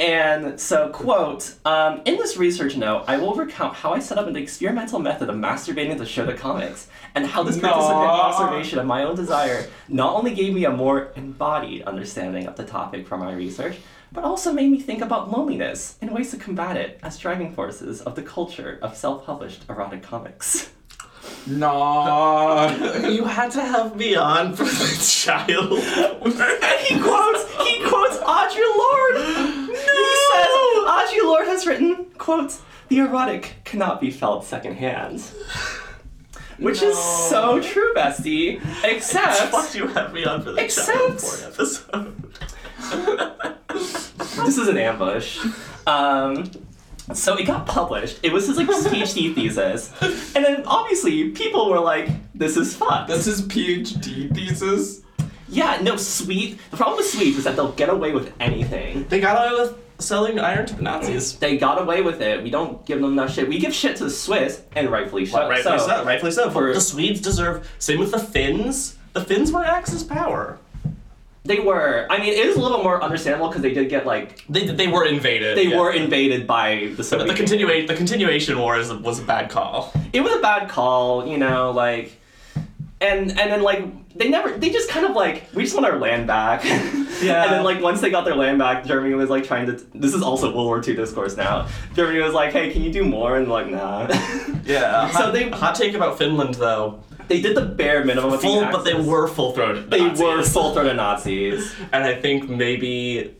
[SPEAKER 2] And so, quote, um, in this research note, I will recount how I set up an experimental method of masturbating to show the comics, and how this participant
[SPEAKER 1] Nah.
[SPEAKER 2] observation of my own desire not only gave me a more embodied understanding of the topic from my research, but also made me think about loneliness and ways to combat it as driving forces of the culture of self published erotic comics.
[SPEAKER 1] Nah.
[SPEAKER 3] You had to have me on for the
[SPEAKER 2] And
[SPEAKER 3] child.
[SPEAKER 2] he quotes he quotes Audre Lorde. He says Audre Lorde has written quotes the erotic cannot be felt secondhand. Which is so true, Bestie.
[SPEAKER 3] Fuck,
[SPEAKER 2] Except
[SPEAKER 3] you had me on for the child
[SPEAKER 2] Except-
[SPEAKER 3] porn episode.
[SPEAKER 2] this is an ambush. Um, so it got published. It was his like PhD thesis, and then obviously people were like, "This is fucked."
[SPEAKER 1] That's his PhD thesis.
[SPEAKER 2] yeah, no, Sweet. The problem with Sweet was that they'll get away with anything.
[SPEAKER 3] They got away with selling iron to the Nazis.
[SPEAKER 2] they got away with it. We don't give them enough shit. We give shit to the Swiss, and rightfully so.
[SPEAKER 3] rightfully so.
[SPEAKER 2] So,
[SPEAKER 3] Rightfully so.
[SPEAKER 2] For-
[SPEAKER 3] the Swedes deserve. Same with the Finns. The Finns were Axis power.
[SPEAKER 2] They were. I mean, it is a little more understandable because they did get like
[SPEAKER 3] They, they were invaded.
[SPEAKER 2] they
[SPEAKER 3] yeah.
[SPEAKER 2] were invaded by the Soviet.
[SPEAKER 3] The continua- the continuation war is, was a bad call.
[SPEAKER 2] it was a bad call, you know, like. And and then like they never they just kind of like we just want our land back.
[SPEAKER 3] Yeah.
[SPEAKER 2] And then like once they got their land back, Germany was like trying to this is also World War II discourse now. Germany was like, hey, can you do more? And like, nah.
[SPEAKER 3] Yeah. uh,
[SPEAKER 2] So
[SPEAKER 3] hot,
[SPEAKER 2] they-
[SPEAKER 3] hot take about Finland though.
[SPEAKER 2] they did the bare minimum of the
[SPEAKER 3] Full, but they
[SPEAKER 2] Axis.
[SPEAKER 3] were full throated.
[SPEAKER 2] they were full throated Nazis.
[SPEAKER 3] and I think maybe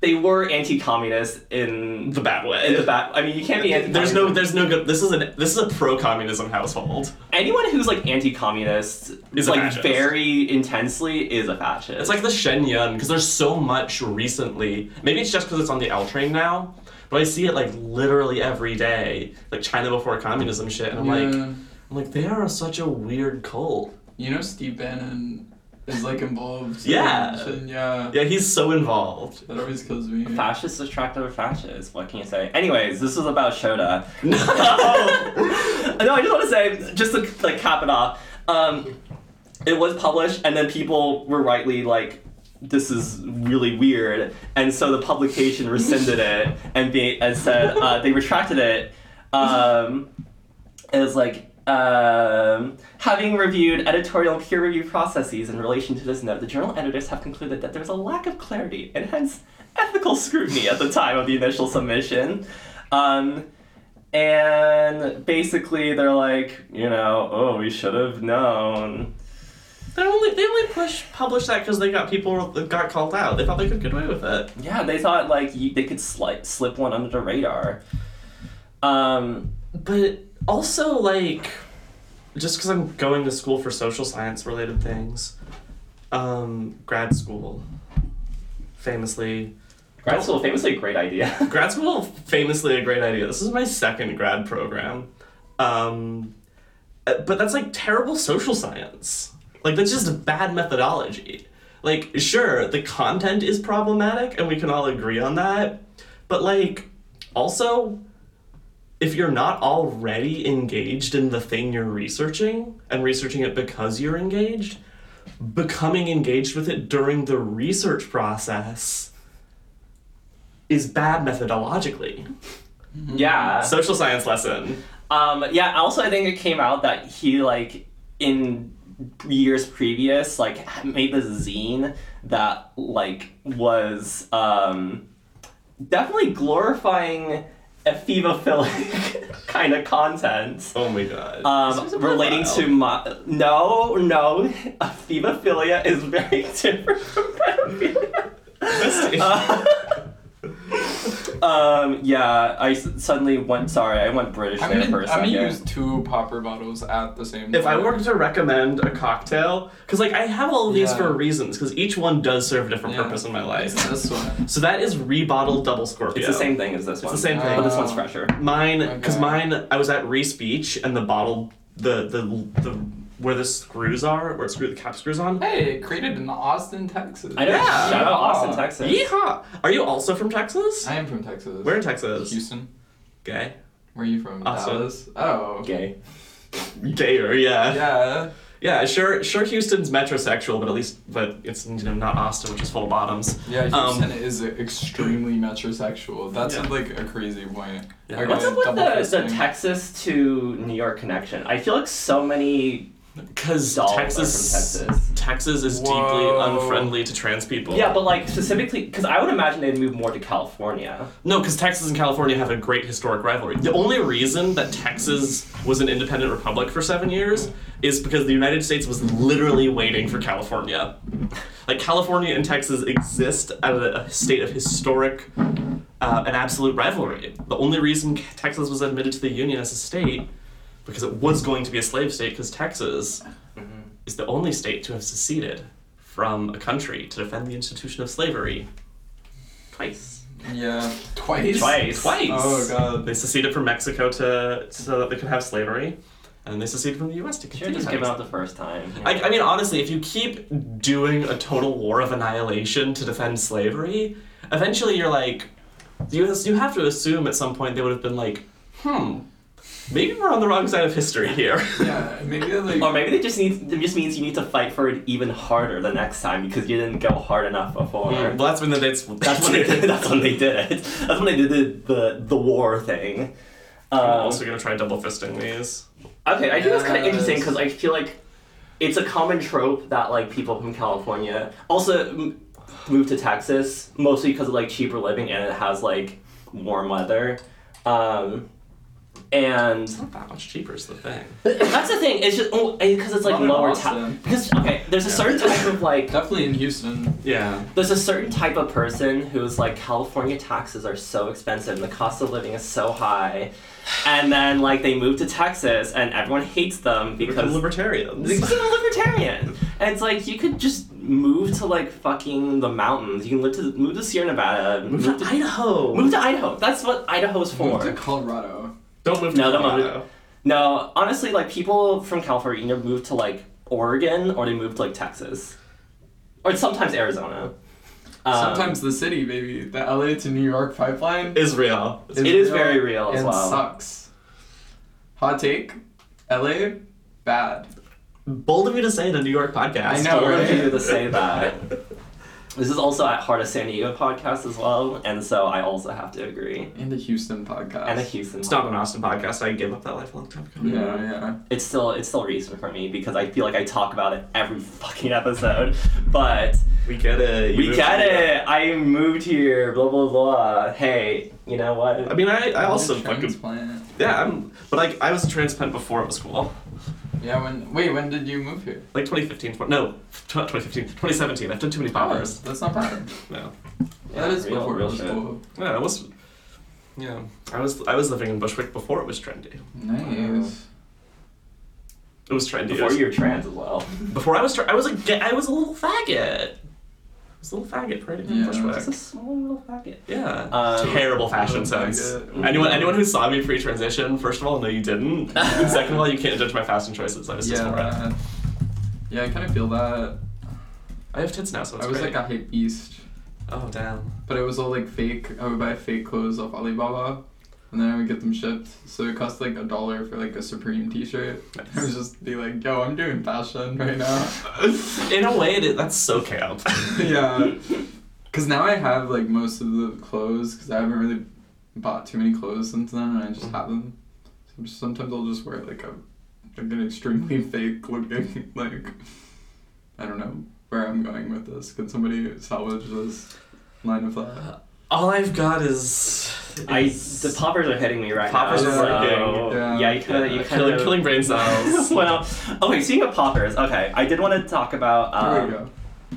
[SPEAKER 2] they were anti-communist in
[SPEAKER 3] the bad way.
[SPEAKER 2] in the back. I mean, you can't be anti.
[SPEAKER 3] There's no, there's no good. This is an, this is a pro-communism household.
[SPEAKER 2] anyone who's like anti-communist
[SPEAKER 3] Is a
[SPEAKER 2] like
[SPEAKER 3] fascist.
[SPEAKER 2] very intensely is a fascist.
[SPEAKER 3] It's like the Shenyun because there's so much recently. Maybe it's just because it's on the L train now, but I see it like literally every day, like China before communism shit, and I'm like,
[SPEAKER 1] Yeah.
[SPEAKER 3] I'm like, they are such a weird cult.
[SPEAKER 1] You know Steve Bannon is like involved.
[SPEAKER 3] Yeah.
[SPEAKER 1] in- yeah.
[SPEAKER 3] Yeah, he's so involved.
[SPEAKER 1] That always kills me.
[SPEAKER 2] fascists attract other fascists. What can you say? Anyways, this was about Shoda. no, I just want to say, just to like cap it off, um, it was published, and then people were rightly like, "This is really weird," and so the publication rescinded it and be and said uh, they retracted it. Um, it was like. Um, having reviewed editorial and peer review processes in relation to this note, the journal editors have concluded that there's a lack of clarity and hence ethical scrutiny at the time of the initial submission. Um, and basically, they're like, you know, oh, we should have known.
[SPEAKER 3] They only they only push publish that because they got people that got called out. They thought they could get away with it.
[SPEAKER 2] Yeah, they thought like you, they could sli- slip one under the radar. Um,
[SPEAKER 3] But also like, just because I'm going to school for social science related things, um, grad school, famously
[SPEAKER 2] grad school famously a great idea.
[SPEAKER 3] grad school famously a great idea this is my second grad program um, uh, but that's like terrible social science like that's just bad methodology like sure the content is problematic and we can all agree on that but like also if you're not already engaged in the thing you're researching and researching it because you're engaged becoming engaged with it during the research process is bad methodologically.
[SPEAKER 2] yeah.
[SPEAKER 3] Social science lesson.
[SPEAKER 2] Um, yeah, also I think it came out that he like in years previous like had made this zine that like was um definitely glorifying ephemophilic kind of content.
[SPEAKER 3] Oh my god.
[SPEAKER 2] Um,
[SPEAKER 3] was a
[SPEAKER 2] relating to my no no ephemophilia is very different from pedophilia. Um, yeah, I s- suddenly went sorry, I went British
[SPEAKER 1] I'm
[SPEAKER 2] there
[SPEAKER 1] gonna,
[SPEAKER 2] for
[SPEAKER 1] I'm
[SPEAKER 2] a
[SPEAKER 1] gonna
[SPEAKER 2] second.
[SPEAKER 1] use two popper bottles at the same.
[SPEAKER 3] if I
[SPEAKER 1] time.
[SPEAKER 3] were to recommend a cocktail, because like I have all of these
[SPEAKER 1] Yeah.
[SPEAKER 3] for reasons, because each one does serve a different
[SPEAKER 1] Yeah.
[SPEAKER 3] purpose in my life.
[SPEAKER 1] this one.
[SPEAKER 3] So that is rebottled double scorpio.
[SPEAKER 2] It's the same thing as this one.
[SPEAKER 3] the same
[SPEAKER 1] thing.
[SPEAKER 2] But this one's fresher.
[SPEAKER 3] Mine, because
[SPEAKER 1] Okay.
[SPEAKER 3] mine, I was at Reese Beach and the bottle, the the the where the screws are, where it screw the cap screws on.
[SPEAKER 1] Hey, it created in Austin, Texas.
[SPEAKER 2] I know.
[SPEAKER 3] Yeah.
[SPEAKER 2] Shout out Austin,
[SPEAKER 1] Wow.
[SPEAKER 2] Texas.
[SPEAKER 3] Yeehaw! Are you also from Texas?
[SPEAKER 1] I am from Texas.
[SPEAKER 3] Where in Texas?
[SPEAKER 1] Houston.
[SPEAKER 3] Gay.
[SPEAKER 1] Where are you from?
[SPEAKER 3] Austin.
[SPEAKER 1] Dallas. Oh.
[SPEAKER 2] Gay.
[SPEAKER 3] Gayer, yeah.
[SPEAKER 1] Yeah.
[SPEAKER 3] Yeah, sure. Sure, Houston's metrosexual, but at least, but it's you know not Austin, which is full of bottoms.
[SPEAKER 1] Yeah,
[SPEAKER 3] Um,
[SPEAKER 1] Houston is extremely metrosexual. That's
[SPEAKER 3] Yeah.
[SPEAKER 1] like a crazy point.
[SPEAKER 3] Yeah.
[SPEAKER 1] Our
[SPEAKER 2] What's
[SPEAKER 1] guy
[SPEAKER 2] up with
[SPEAKER 1] double
[SPEAKER 2] the, the
[SPEAKER 1] fisting.
[SPEAKER 2] Texas to New York connection? I feel like so many.
[SPEAKER 3] Because
[SPEAKER 2] Dolls are from
[SPEAKER 3] Um, Texas,
[SPEAKER 2] Texas.
[SPEAKER 3] Texas is
[SPEAKER 1] Whoa.
[SPEAKER 3] deeply unfriendly to trans people.
[SPEAKER 2] Yeah, but like specifically, because I would imagine they'd move more to California.
[SPEAKER 3] No, because Texas and California have a great historic rivalry. The only reason that Texas was an independent republic for seven years is because the United States was literally waiting for California. Like, California and Texas exist at a, a state of historic uh, and absolute rivalry. The only reason Texas was admitted to the Union as a state, because it was going to be a slave state, because Texas is the only state to have seceded from a country to defend the institution of slavery twice.
[SPEAKER 1] Yeah. Twice.
[SPEAKER 2] Twice.
[SPEAKER 3] Twice.
[SPEAKER 1] Oh god.
[SPEAKER 3] They seceded from Mexico to so that they could have slavery, and they seceded from the U.S. to
[SPEAKER 2] Should
[SPEAKER 3] continue.
[SPEAKER 2] have just
[SPEAKER 3] having
[SPEAKER 2] given out the first time.
[SPEAKER 3] I, I mean, honestly, if you keep doing a total war of annihilation to defend slavery, eventually you're like, you, you have to assume at some point they would have been like, hmm, maybe we're on the wrong side of history here.
[SPEAKER 1] Yeah, maybe like.
[SPEAKER 2] Or Oh, maybe they just need it just means you need to fight for it even harder the next time because you didn't go hard enough before.
[SPEAKER 1] Hmm.
[SPEAKER 3] well, that's when the, that's,
[SPEAKER 2] That's when they did. That's when they did it. That's when they did the the, the war thing. Um,
[SPEAKER 3] I'm also gonna try double fisting these.
[SPEAKER 2] okay, I think that's kind of interesting
[SPEAKER 1] Yes.
[SPEAKER 2] because I feel like it's a common trope that like people from California also m- move to Texas mostly because of like cheaper living and it has like warm weather. Um, and
[SPEAKER 3] It's not that much cheaper is the thing.
[SPEAKER 2] that's the thing. It's just because it's like
[SPEAKER 1] Not in
[SPEAKER 2] lower
[SPEAKER 1] Austin.
[SPEAKER 2] tax. Because okay, there's a
[SPEAKER 3] Yeah.
[SPEAKER 2] certain type of like
[SPEAKER 1] Definitely in Houston.
[SPEAKER 3] Yeah.
[SPEAKER 2] there's a certain type of person who's like California taxes are so expensive and the cost of living is so high, and then like they move to Texas and everyone hates them
[SPEAKER 3] Become
[SPEAKER 2] because
[SPEAKER 3] libertarians.
[SPEAKER 2] because they're libertarian. And it's like you could just move to like fucking the mountains. You can live to move to Sierra Nevada.
[SPEAKER 3] Move to Idaho.
[SPEAKER 2] Move to Idaho. That's what Idaho's for.
[SPEAKER 1] Moved to Colorado.
[SPEAKER 3] Don't move to
[SPEAKER 2] No, don't move to-
[SPEAKER 3] Colorado.
[SPEAKER 2] No, honestly, like people from California either move to like Oregon or they move to like Texas, or sometimes Arizona. Um,
[SPEAKER 1] Sometimes the city, baby. The LA to New York pipeline.
[SPEAKER 3] Israel.
[SPEAKER 2] It is very real as
[SPEAKER 1] and
[SPEAKER 2] well.
[SPEAKER 1] sucks. Hot take. LA, bad.
[SPEAKER 3] Bold of you to say in a New York podcast.
[SPEAKER 1] I know,
[SPEAKER 2] I
[SPEAKER 1] right?
[SPEAKER 2] wanted you to say that. This is also at Heart of San Diego podcast as well, and so I also have to agree.
[SPEAKER 1] And the Houston podcast.
[SPEAKER 2] And a Houston.
[SPEAKER 3] It's not an Austin podcast. I gave up that life a long time ago.
[SPEAKER 1] yeah, yeah.
[SPEAKER 2] It's still it's still recent for me because I feel like I talk about it every fucking episode. But
[SPEAKER 3] We get it.
[SPEAKER 2] we get it. I moved here. Blah blah blah. Hey, you know
[SPEAKER 3] I
[SPEAKER 2] what?
[SPEAKER 3] mean, I, I also
[SPEAKER 1] What a
[SPEAKER 3] fucking
[SPEAKER 1] transplant.
[SPEAKER 3] yeah. I'm but like I was a transplant before it was cool.
[SPEAKER 1] Yeah. When wait, when did you move here?
[SPEAKER 3] Like 2015, tw- no, tw- not 2015, 2017. I've done too many
[SPEAKER 1] Powers.
[SPEAKER 3] powers.
[SPEAKER 1] Oh, That's not bad.
[SPEAKER 3] No,
[SPEAKER 2] Yeah,
[SPEAKER 1] that is
[SPEAKER 2] real-
[SPEAKER 1] before
[SPEAKER 2] real
[SPEAKER 1] it was
[SPEAKER 2] shit.
[SPEAKER 1] cool.
[SPEAKER 3] yeah, I was. Yeah, I was I was living in Bushwick before it was trendy.
[SPEAKER 1] Nice.
[SPEAKER 3] It was trendy.
[SPEAKER 2] Before you were trans as well.
[SPEAKER 3] before I was tra- I was a ga- I was a little faggot. I was a little faggot parading in
[SPEAKER 1] Yeah.
[SPEAKER 2] Just a
[SPEAKER 3] Bushwick.
[SPEAKER 2] small little packet.
[SPEAKER 3] Yeah.
[SPEAKER 2] Um,
[SPEAKER 3] Terrible fashion
[SPEAKER 1] Oh,
[SPEAKER 3] sense.
[SPEAKER 1] faggot.
[SPEAKER 3] Anyone anyone who saw me pre-transition, first of all, no, you didn't. and second of all, you can't judge my fashion choices. I was just more. uh,
[SPEAKER 1] Yeah. Yeah, I kind of feel that.
[SPEAKER 3] I have tits now, so it's
[SPEAKER 1] I was
[SPEAKER 3] great.
[SPEAKER 1] like a hype beast,
[SPEAKER 3] oh damn.
[SPEAKER 1] but it was all like fake. I would buy fake clothes off Alibaba, and then I would get them shipped. So it cost like a dollar for like a Supreme T-shirt. I would just be like, "Yo, I'm doing fashion right now."
[SPEAKER 3] In a way, it, that's so camp.
[SPEAKER 1] yeah. Cause now I have like most of the clothes, cause I haven't really bought too many clothes since then, and I just have them. So I'm just- sometimes I'll just wear like a like an extremely fake looking like I don't know where I'm going with this. Could somebody salvage this line of thought?
[SPEAKER 3] All I've got is.
[SPEAKER 2] I
[SPEAKER 3] is-
[SPEAKER 2] the poppers are hitting me right
[SPEAKER 3] Poppers
[SPEAKER 2] now.
[SPEAKER 1] are
[SPEAKER 2] so,
[SPEAKER 3] working.
[SPEAKER 1] Yeah.
[SPEAKER 2] yeah. you kind of you
[SPEAKER 3] Yeah,
[SPEAKER 2] kind
[SPEAKER 3] killing,
[SPEAKER 2] of
[SPEAKER 3] killing brain cells.
[SPEAKER 2] well, okay. Speaking of poppers, okay, I did want to talk about.
[SPEAKER 1] Here we
[SPEAKER 2] Um,
[SPEAKER 1] go.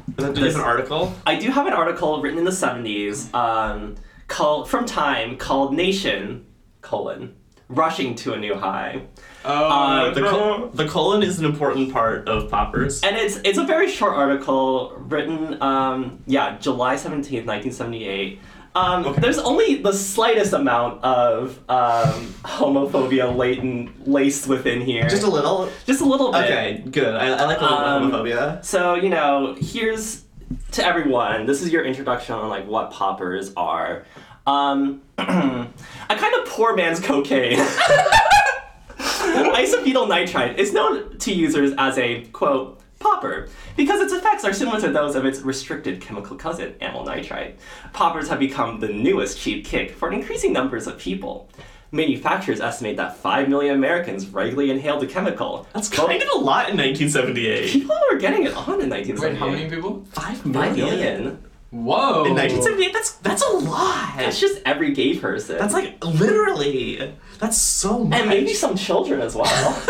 [SPEAKER 3] And then do you have
[SPEAKER 2] This-
[SPEAKER 3] an article?
[SPEAKER 2] I do have an article written in the seventies, um, called from Time called "Nation: colon Rushing to a New High,"
[SPEAKER 1] Oh,
[SPEAKER 2] uh,
[SPEAKER 3] The, col- the colon is an important part of poppers.
[SPEAKER 2] and it's it's a very short article written, um, yeah, July seventeenth, nineteen seventy eight. Um,
[SPEAKER 3] Okay.
[SPEAKER 2] There's only the slightest amount of um, homophobia latent laced within here.
[SPEAKER 3] Just a little.
[SPEAKER 2] Just a little bit.
[SPEAKER 3] Okay, good. I, I like a little
[SPEAKER 2] Um,
[SPEAKER 3] bit of homophobia.
[SPEAKER 2] So, you know, here's to everyone. This is your introduction on like what poppers are. Um, a kind of poor man's cocaine. Isophenyl nitrite is known to users as a quote popper because its effects are similar to those of its restricted chemical cousin, amyl nitrite. Poppers have become the newest cheap kick for increasing numbers of people. Manufacturers estimate that 5 million Americans regularly inhale the chemical.
[SPEAKER 3] That's kind of a lot in 1978.
[SPEAKER 2] People were getting it on in 1978.
[SPEAKER 1] Wait, how many people?
[SPEAKER 3] Five
[SPEAKER 2] Five million.
[SPEAKER 1] Whoa.
[SPEAKER 3] In 1978, that's that's a lot.
[SPEAKER 2] That's just every gay person.
[SPEAKER 3] That's like literally. That's so much.
[SPEAKER 2] and maybe some children as well.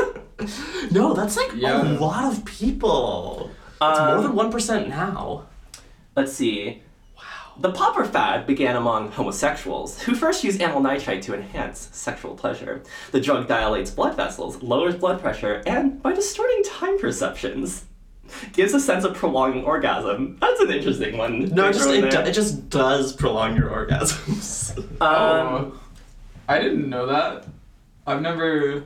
[SPEAKER 3] no, that's like
[SPEAKER 1] Yeah.
[SPEAKER 3] a lot of people. It's more
[SPEAKER 2] Um,
[SPEAKER 3] than one percent now.
[SPEAKER 2] Let's see. The popper fad began among homosexuals, who first used amyl nitrite to enhance sexual pleasure. The drug dilates blood vessels, lowers blood pressure, and, by distorting time perceptions, gives a sense of prolonging orgasm. That's an interesting one. They
[SPEAKER 3] No, it just
[SPEAKER 2] throw in
[SPEAKER 3] it, do,
[SPEAKER 2] there.
[SPEAKER 3] it just does prolong your orgasms. Uh,
[SPEAKER 2] Um,
[SPEAKER 1] Oh. I didn't know that. I've never.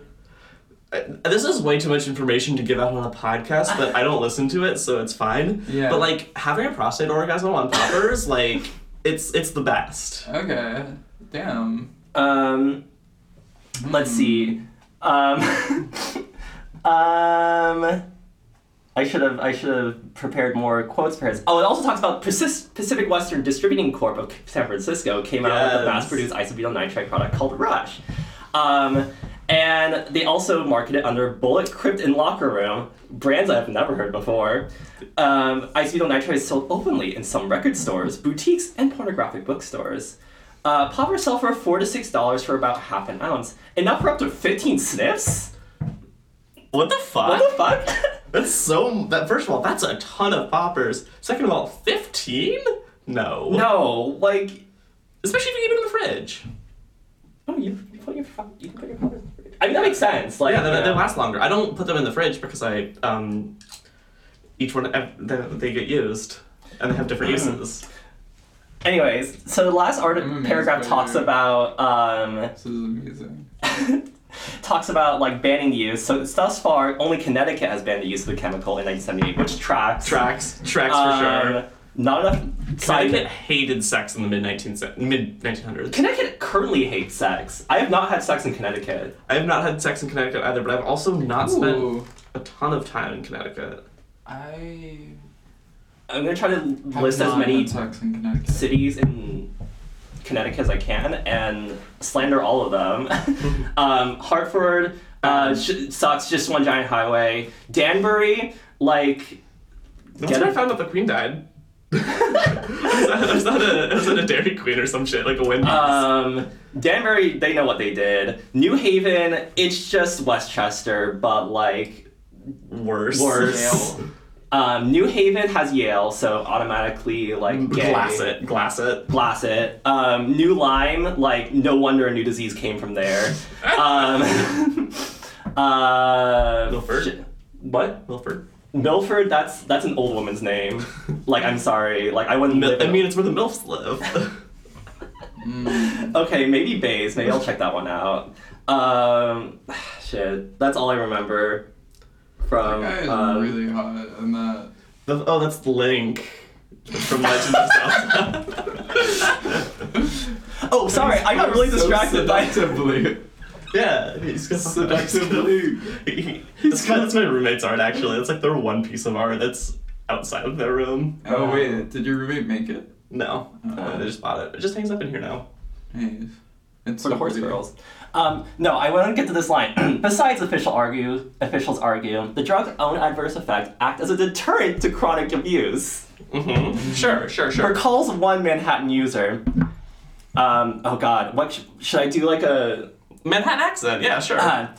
[SPEAKER 3] I- this is way too much information to give out on a podcast, but I don't listen to it, so it's fine.
[SPEAKER 1] Yeah.
[SPEAKER 3] But like having a prostate orgasm on poppers, like it's it's the best.
[SPEAKER 1] Okay. Damn.
[SPEAKER 2] Um, let's see. Um, um, I should have I should have prepared more quotes for his. Oh, it also talks about Persis- Pacific Western Distributing Corp of San Francisco came out with a
[SPEAKER 3] Yes.
[SPEAKER 2] mass-produced isobutyl nitrite product called Rush. Um, and they also market it under Bullet Crypt and Locker Room, brands I've never heard before. Um, isobutyl nitrite is sold openly in some record stores, boutiques, and pornographic bookstores. Uh, poppers sell for four to six dollars for about half an ounce, enough for up to fifteen sniffs.
[SPEAKER 3] What the fuck?
[SPEAKER 2] What the fuck?
[SPEAKER 3] That's so. That first of all, that's a ton of poppers. Second of all, fifteen? No.
[SPEAKER 2] no, like,
[SPEAKER 3] Especially if you keep it in the fridge.
[SPEAKER 2] oh, you, you put your fu- you can put your poppers. in the fridge. I mean, that makes sense. Like,
[SPEAKER 3] Oh, Yeah, they,
[SPEAKER 2] you
[SPEAKER 3] they
[SPEAKER 2] know.
[SPEAKER 3] last longer. I don't put them in the fridge because I um, each one ev- they, they get used and they have different uses.
[SPEAKER 2] Anyways, so the last art
[SPEAKER 3] Mm,
[SPEAKER 1] I'm amazed
[SPEAKER 2] paragraph
[SPEAKER 1] by
[SPEAKER 2] talks
[SPEAKER 1] you.
[SPEAKER 2] about um,
[SPEAKER 1] This is amazing.
[SPEAKER 2] talks about like banning the use. So it's thus far only Connecticut has banned the use of the chemical in 1978, which tracks.
[SPEAKER 3] Tracks, tracks for
[SPEAKER 2] um,
[SPEAKER 3] sure.
[SPEAKER 2] Not enough.
[SPEAKER 3] Uh, Connecticut
[SPEAKER 2] Connecticut.
[SPEAKER 3] hated sex in the mid 19 mid 1900s.
[SPEAKER 2] Connecticut currently hates sex. I have not had sex in Connecticut.
[SPEAKER 3] I have not had sex in Connecticut either, but I've also not spent
[SPEAKER 1] Ooh.
[SPEAKER 3] a ton of time in Connecticut.
[SPEAKER 1] I.
[SPEAKER 2] I'm gonna try to
[SPEAKER 1] have
[SPEAKER 2] list as
[SPEAKER 1] not
[SPEAKER 2] many
[SPEAKER 1] had sex in Connecticut.
[SPEAKER 2] cities in Connecticut as I can and slander all of them. um, Hartford uh, sh- sucks, just one giant highway. Danbury, like,
[SPEAKER 3] That's
[SPEAKER 2] Get
[SPEAKER 3] when
[SPEAKER 2] it?
[SPEAKER 3] I found out the queen died. I was at- I was at a, I was at a Dairy Queen or some shit, like a Wendy's.
[SPEAKER 2] um, Danbury, they know what they did. New Haven, it's just Westchester, but like
[SPEAKER 3] worse.
[SPEAKER 2] worse. Um, New Haven has Yale, so automatically like gay.
[SPEAKER 3] Glass it. Glass it.
[SPEAKER 2] Glass it. Um, new Lyme, like no wonder a new disease came from there. um, uh,
[SPEAKER 3] Milford?
[SPEAKER 2] shit. What?
[SPEAKER 3] Milford.
[SPEAKER 2] Milford? That's that's an old woman's name. like I'm sorry. Like I wouldn't.
[SPEAKER 3] Mil-
[SPEAKER 2] live
[SPEAKER 3] I
[SPEAKER 2] in-
[SPEAKER 3] mean, it's where the MILFs live.
[SPEAKER 1] Hmm.
[SPEAKER 2] okay, maybe Bays. Maybe I'll check that one out. Um, shit. That's all I remember from.
[SPEAKER 1] That guy is
[SPEAKER 2] um,
[SPEAKER 1] really hot, and that.
[SPEAKER 3] The- oh, that's Link from Legend of Zelda.
[SPEAKER 2] oh, sorry. I got really
[SPEAKER 1] So
[SPEAKER 2] distracted by.
[SPEAKER 1] seductively.
[SPEAKER 3] yeah, he's got
[SPEAKER 1] Seductively.
[SPEAKER 3] That's kind of that's my roommate's art actually. It's like their one piece of art that's outside of their room.
[SPEAKER 1] Oh wait, did your roommate make it?
[SPEAKER 3] No, uh, they just bought it. It just hangs up in here now.
[SPEAKER 1] Hey, it's
[SPEAKER 2] for the
[SPEAKER 1] so
[SPEAKER 2] horse
[SPEAKER 1] pretty.
[SPEAKER 2] girls. Um, no, I want to get to this line. Besides, official argue, officials argue the drug's own adverse effects act as a deterrent to chronic abuse.
[SPEAKER 3] Mm-hmm. Sure, sure, sure.
[SPEAKER 2] Recalls one Manhattan user. Um, oh God, what sh- should I do? Like a
[SPEAKER 3] Manhattan accent. Yeah, sure.
[SPEAKER 2] uh,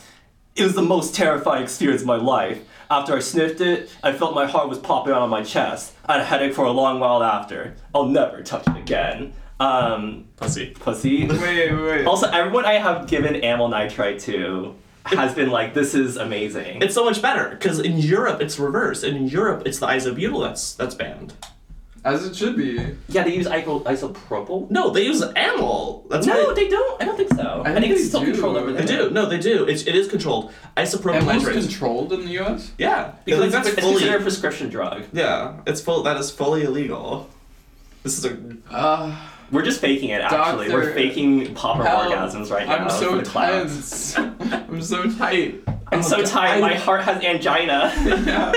[SPEAKER 2] it was the most terrifying experience of my life. After I sniffed it, I felt my heart was popping out of my chest. I had a headache for a long while after. I'll never touch it again. Um,
[SPEAKER 3] Pussy.
[SPEAKER 2] pussy.
[SPEAKER 1] Wait, wait.
[SPEAKER 2] Also, everyone I have given amyl nitrite to has been like, this is amazing.
[SPEAKER 3] It's so much better because in Europe it's reversed. In Europe it's the isobutyl that's that's banned.
[SPEAKER 1] As it should be.
[SPEAKER 2] yeah, they use iso- isopropyl.
[SPEAKER 3] No, they use amyl. That's
[SPEAKER 2] No,
[SPEAKER 3] why-
[SPEAKER 2] they don't. I don't think so. I,
[SPEAKER 1] I
[SPEAKER 2] think
[SPEAKER 1] think
[SPEAKER 2] it's
[SPEAKER 1] they
[SPEAKER 2] still
[SPEAKER 1] do.
[SPEAKER 2] controlled over
[SPEAKER 1] They
[SPEAKER 2] there.
[SPEAKER 3] They do. No, they do. It's, it is controlled. Isopropyl
[SPEAKER 1] Am I
[SPEAKER 3] nitrate.
[SPEAKER 1] controlled in the U.S.?
[SPEAKER 3] yeah,
[SPEAKER 2] Because
[SPEAKER 3] because
[SPEAKER 2] it's,
[SPEAKER 3] that's
[SPEAKER 2] it's
[SPEAKER 3] fully.
[SPEAKER 2] considered a prescription drug.
[SPEAKER 3] yeah, it's full. That is fully illegal. This is a
[SPEAKER 1] Uh,
[SPEAKER 2] We're just faking it, actually. We're
[SPEAKER 1] Doctor,
[SPEAKER 2] faking popper
[SPEAKER 1] Help.
[SPEAKER 2] orgasms right now.
[SPEAKER 1] I'm
[SPEAKER 2] for
[SPEAKER 1] so
[SPEAKER 2] the clowns.
[SPEAKER 1] tense. I'm so tight.
[SPEAKER 2] I'm so
[SPEAKER 3] Oh,
[SPEAKER 2] tired.
[SPEAKER 3] I-
[SPEAKER 2] My heart has angina.
[SPEAKER 1] Yeah.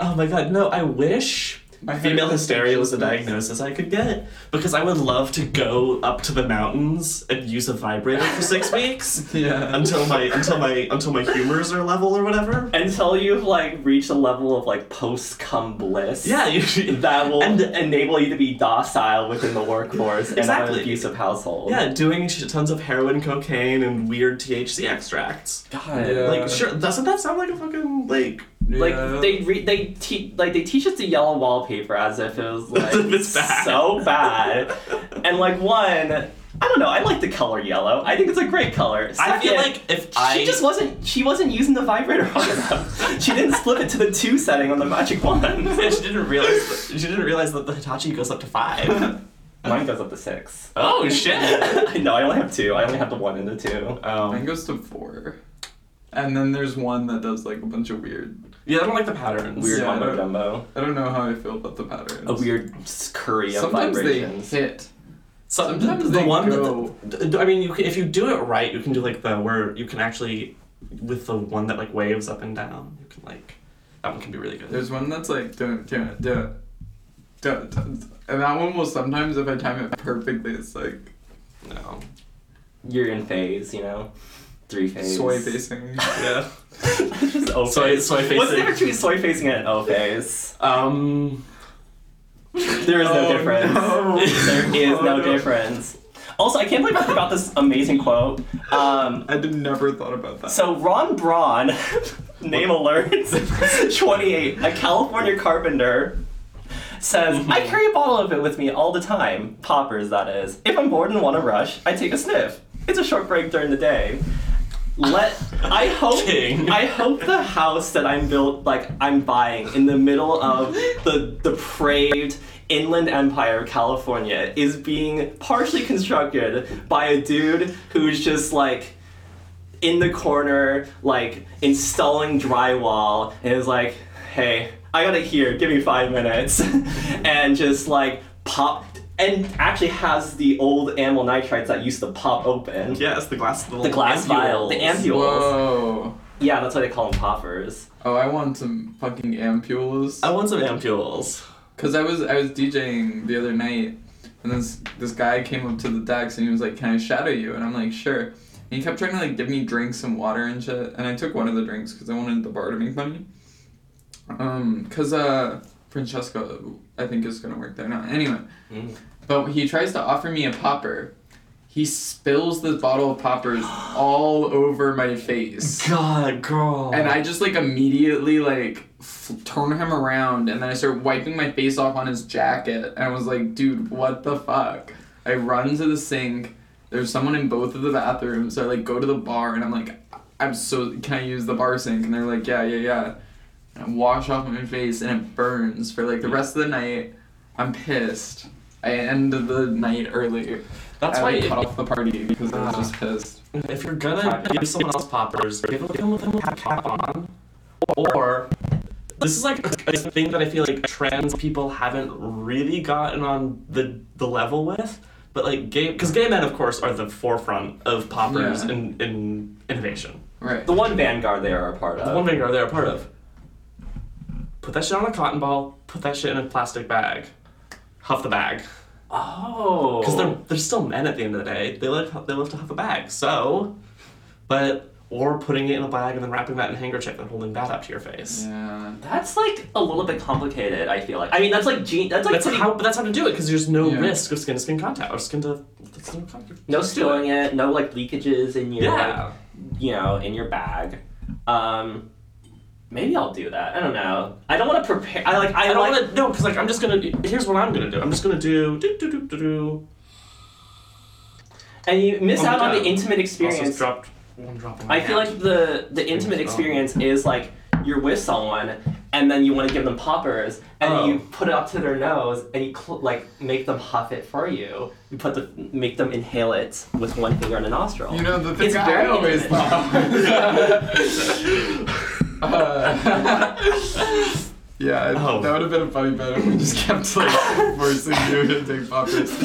[SPEAKER 3] Oh my god, no, I wish
[SPEAKER 1] My head
[SPEAKER 3] female
[SPEAKER 1] was
[SPEAKER 3] hysteria was the
[SPEAKER 1] anxious.
[SPEAKER 3] diagnosis I could get because I would love to go up to the mountains and use a vibrator for six weeks
[SPEAKER 1] Yeah.
[SPEAKER 3] until my until my until my humors are level or whatever.
[SPEAKER 2] Until you've like reached a level of like post cum bliss.
[SPEAKER 3] Yeah, you,
[SPEAKER 2] That will
[SPEAKER 3] and
[SPEAKER 2] enable you to be docile within the workforce and have an
[SPEAKER 3] Exactly.
[SPEAKER 2] abusive household.
[SPEAKER 3] yeah, doing sh- tons of heroin, cocaine, and weird THC extracts.
[SPEAKER 2] God.
[SPEAKER 1] Yeah.
[SPEAKER 3] Like, sure, doesn't that sound like a fucking like?
[SPEAKER 2] Like
[SPEAKER 1] Yeah.
[SPEAKER 2] they re- they teach like they teach us to yell on wallpaper as if it was like
[SPEAKER 3] It's bad.
[SPEAKER 2] so bad, and like one, I don't know. I like the color yellow. I think it's a great color.
[SPEAKER 3] I feel
[SPEAKER 2] Second,
[SPEAKER 3] like if
[SPEAKER 2] she
[SPEAKER 3] I
[SPEAKER 2] just wasn't she wasn't using the vibrator hard enough. she didn't split it to the two setting on the magic wand.
[SPEAKER 3] Yeah, she didn't realize that, she didn't realize that the Hitachi goes up to five.
[SPEAKER 2] Mine goes up to six.
[SPEAKER 3] oh shit!
[SPEAKER 2] no, I only have two. I only have the one and the two.
[SPEAKER 3] Um,
[SPEAKER 1] Mine goes to four. And then there's one that does like a bunch of weird.
[SPEAKER 3] yeah, I don't like the patterns.
[SPEAKER 2] Weird
[SPEAKER 1] Yeah, I
[SPEAKER 2] mumbo
[SPEAKER 1] don't-
[SPEAKER 2] jumbo.
[SPEAKER 1] I don't know how I feel about the patterns.
[SPEAKER 2] A weird s- curry of
[SPEAKER 1] Sometimes
[SPEAKER 2] vibrations.
[SPEAKER 1] they hit.
[SPEAKER 3] Some-
[SPEAKER 1] Sometimes
[SPEAKER 3] the
[SPEAKER 1] they
[SPEAKER 3] one.
[SPEAKER 1] go-
[SPEAKER 3] That the, d- I mean, you can, if you do it right, you can do like the where you can actually with the one that like waves up and down. You can like that one can be really good.
[SPEAKER 1] There's one that's like do it, do it, do it, do it, do it. And that one will sometimes, if I time it perfectly, it's like
[SPEAKER 3] no.
[SPEAKER 2] You're in phase, you know? Three phase.
[SPEAKER 1] soy facing.
[SPEAKER 3] Yeah.
[SPEAKER 2] Just O
[SPEAKER 3] Soy-
[SPEAKER 2] phase.
[SPEAKER 3] soy
[SPEAKER 2] What's the
[SPEAKER 3] facing.
[SPEAKER 2] difference between soy facing and an O phase?
[SPEAKER 3] Um.
[SPEAKER 2] There is no
[SPEAKER 1] Oh,
[SPEAKER 2] difference.
[SPEAKER 1] no.
[SPEAKER 2] There is
[SPEAKER 1] Oh,
[SPEAKER 2] no
[SPEAKER 1] no.
[SPEAKER 2] difference. Also, I can't believe I forgot this amazing quote. Um,
[SPEAKER 1] I'd never thought about that.
[SPEAKER 2] So Ron Braun, name alert, 28, a California carpenter, says, I carry a bottle of it with me all the time, poppers that is. If I'm bored and want to rush, I take a sniff. It's a short break during the day. Let I hope
[SPEAKER 3] King.
[SPEAKER 2] I hope the house that I'm built like I'm buying in the middle of the depraved inland empire of California is being partially constructed by a dude who's just like in the corner, like installing drywall, and is like, "Hey, I got it here. Give me five minutes," and just like pop, and actually has the old amyl nitrites that used to pop open.
[SPEAKER 3] Yes, the glass. The,
[SPEAKER 2] The
[SPEAKER 3] little
[SPEAKER 2] glass vial,
[SPEAKER 3] ampules.
[SPEAKER 2] the ampules.
[SPEAKER 1] Whoa.
[SPEAKER 2] Yeah, that's why they call them poppers.
[SPEAKER 1] Oh, I want some fucking ampules.
[SPEAKER 3] I want some ampules.
[SPEAKER 1] Cause I was I was DJing the other night, and this this guy came up to the decks and he was like, "Can I shadow you?" And I'm like, "Sure." And he kept trying to like give me drinks and water and shit, and I took one of the drinks because I wanted the bar to make money. Um, cause uh, Francesca, I think is gonna work there now. Anyway, but he tries to offer me a popper. He spills this bottle of poppers all over my face
[SPEAKER 3] God, girl.
[SPEAKER 1] and I just like immediately like f- turn him around, and then I start wiping my face off on his jacket, and I was like, dude, what the fuck? I run to the sink. There's someone in both of the bathrooms. So I like go to the bar, and I'm like, I'm so can I use the bar sink? And they're like, yeah, yeah, yeah. And I wash off my face, and it burns for like the rest of the night. I'm pissed. I end the night early.
[SPEAKER 3] That's
[SPEAKER 1] I,
[SPEAKER 3] why
[SPEAKER 1] like,
[SPEAKER 3] if-
[SPEAKER 1] cut off the party because I was
[SPEAKER 3] Ah.
[SPEAKER 1] just pissed.
[SPEAKER 3] If you're gonna give someone else poppers, give them with a cap on. Or this is like a, a thing that I feel like trans people haven't really gotten on the the level with, but like gay because gay men of course are the forefront of poppers
[SPEAKER 1] Yeah.
[SPEAKER 3] in, in innovation.
[SPEAKER 1] Right.
[SPEAKER 2] The one vanguard they are a part
[SPEAKER 3] The
[SPEAKER 2] of.
[SPEAKER 3] one thing are they're a part of. Put that shit on a cotton ball. Put that shit in a plastic bag. Huff the bag.
[SPEAKER 2] Oh.
[SPEAKER 3] Because they're they're still men at the end of the day. They love they love to have a bag. So, but or putting it in a bag and then wrapping that in a handkerchief and holding that up to your face.
[SPEAKER 1] Yeah.
[SPEAKER 2] That's like a little bit complicated. I feel like. I mean, that's like gene. That's like
[SPEAKER 3] That's
[SPEAKER 2] putting-
[SPEAKER 3] how. But that's how to do it because there's no
[SPEAKER 1] Yeah.
[SPEAKER 3] risk of skin to skin contact or skin to. That's no contact.
[SPEAKER 2] no stealing it. No like leakages in your.
[SPEAKER 3] Yeah.
[SPEAKER 2] you know, in your bag. Um, maybe I'll do that. I don't know. I don't want to prepare. I like. I,
[SPEAKER 3] I don't
[SPEAKER 2] like,
[SPEAKER 3] want to. No, because like I'm just gonna. Here's what I'm gonna do. I'm just gonna do. Do do do do do.
[SPEAKER 2] And you miss
[SPEAKER 3] Oh my
[SPEAKER 2] out on the
[SPEAKER 3] God.
[SPEAKER 2] intimate
[SPEAKER 3] Also
[SPEAKER 2] experience.
[SPEAKER 3] just dropped one drop. On my
[SPEAKER 2] I feel
[SPEAKER 3] hand.
[SPEAKER 2] like the the intimate experience is like you're with someone and then you want to give them poppers and
[SPEAKER 3] Oh.
[SPEAKER 2] then you put it up to their nose and you cl- like make them huff it for you. You put the make them inhale it with one finger and a nostril.
[SPEAKER 1] You know the thing
[SPEAKER 2] It's
[SPEAKER 1] I
[SPEAKER 2] very
[SPEAKER 1] always
[SPEAKER 2] intimate.
[SPEAKER 1] thought. was- uh, Yeah, I-
[SPEAKER 3] Oh.
[SPEAKER 1] that would have been a funny bet if we just kept like forcing you to take poppers.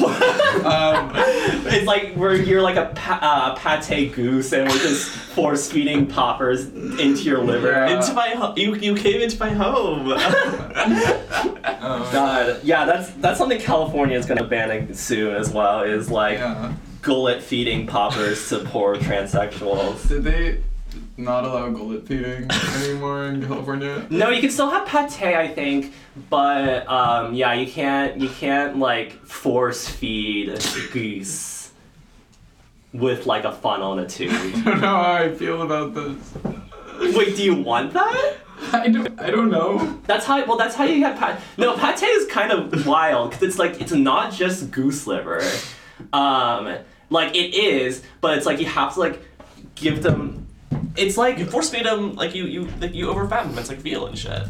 [SPEAKER 1] um,
[SPEAKER 2] It's like where you're like a pa- uh, pate goose and we're just force feeding poppers into your liver.
[SPEAKER 1] Yeah.
[SPEAKER 3] into my ho- you you came into my home.
[SPEAKER 1] um,
[SPEAKER 2] God, yeah, that's that's something California is gonna ban soon as well. Is like
[SPEAKER 1] Yeah.
[SPEAKER 2] gullet feeding poppers to poor transsexuals.
[SPEAKER 1] Did they not allow gullet feeding anymore in California?
[SPEAKER 2] No, you can still have pate, I think, but um, yeah, you can't you can't like force feed a goose with like a funnel and a
[SPEAKER 1] I
[SPEAKER 2] tube.
[SPEAKER 1] don't know how I feel about this.
[SPEAKER 2] Wait, do you want that?
[SPEAKER 1] I don't, I don't know.
[SPEAKER 2] That's how. Well, that's how you have pate. No, pate is kind of wild because it's like it's not just goose liver. Um, like it is, but it's like you have to like give them. It's like
[SPEAKER 3] you force feed them like you you like you overfed them. It's like veal and shit.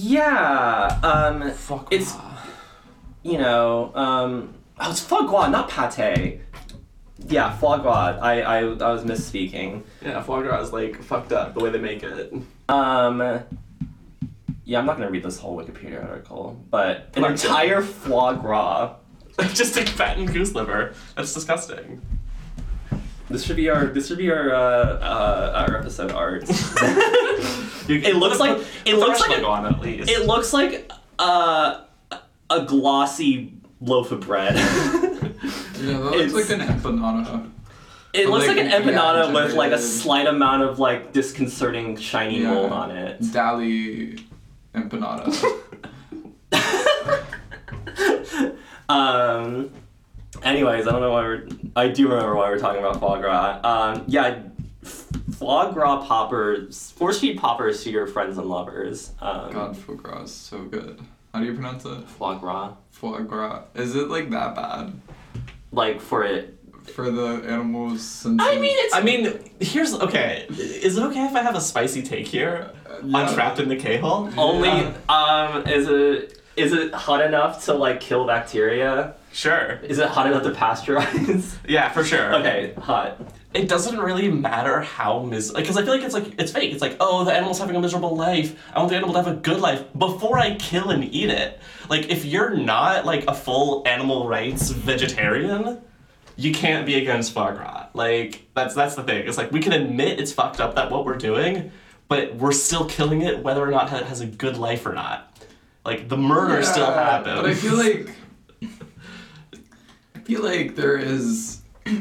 [SPEAKER 2] yeah. Um,
[SPEAKER 3] Fuck.
[SPEAKER 2] It's- you know. Um, oh, it's foie gras, not pate. Yeah, foie gras. I I, I was misspeaking.
[SPEAKER 3] yeah, foie gras is like fucked up the way they make it.
[SPEAKER 2] Um. Yeah, I'm not gonna read this whole Wikipedia article, but an
[SPEAKER 3] Fuck.
[SPEAKER 2] entire foie gras.
[SPEAKER 3] Just like fattened goose liver. That's disgusting.
[SPEAKER 2] This should be our this should be our uh, uh, our episode art.
[SPEAKER 3] You,
[SPEAKER 2] It looks like-
[SPEAKER 3] put-
[SPEAKER 2] it
[SPEAKER 3] put the
[SPEAKER 2] looks like
[SPEAKER 3] marshmallow
[SPEAKER 2] a-
[SPEAKER 3] on at least.
[SPEAKER 2] it looks like uh, a glossy loaf of bread.
[SPEAKER 1] Yeah, that
[SPEAKER 2] It's-
[SPEAKER 1] looks like an empanada.
[SPEAKER 2] it looks
[SPEAKER 1] Like,
[SPEAKER 2] like, an empanada
[SPEAKER 1] yeah,
[SPEAKER 2] with like a
[SPEAKER 1] generated.
[SPEAKER 2] slight amount of like disconcerting shiny
[SPEAKER 1] Yeah.
[SPEAKER 2] mold on it.
[SPEAKER 1] Dali empanada.
[SPEAKER 2] um, anyways, I don't know why we're. I do remember why we're talking about foie gras. Um, yeah, f- foie gras poppers, force feed poppers to your friends and lovers. Um,
[SPEAKER 1] God, foie gras is so good. How do you pronounce it?
[SPEAKER 2] Foie gras,
[SPEAKER 1] Foie gras. Is it like that bad
[SPEAKER 2] like for it.
[SPEAKER 1] for the animals? Since
[SPEAKER 2] I mean, it's
[SPEAKER 3] I mean, here's okay. Is it okay if I have a spicy take here?
[SPEAKER 2] Uh,
[SPEAKER 1] yeah.
[SPEAKER 3] On trapped in the K hole.
[SPEAKER 2] Only
[SPEAKER 1] Yeah.
[SPEAKER 2] um is it is it hot enough to like kill bacteria?
[SPEAKER 3] Sure.
[SPEAKER 2] Is it hot enough to pasteurize?
[SPEAKER 3] Yeah, for sure.
[SPEAKER 2] okay, hot.
[SPEAKER 3] It doesn't really matter how mis like, because I feel like it's like it's fake. It's like, oh, the animal's having a miserable life. I want the animal to have a good life before I kill and eat it. Like, if you're not like a full animal rights vegetarian, you can't be against foie gras. Like, that's that's the thing. It's like we can admit it's fucked up that what we're doing, but we're still killing it whether or not it has a good life or not. Like the murder still
[SPEAKER 1] Yeah,
[SPEAKER 3] happens.
[SPEAKER 1] But I feel like I feel like there is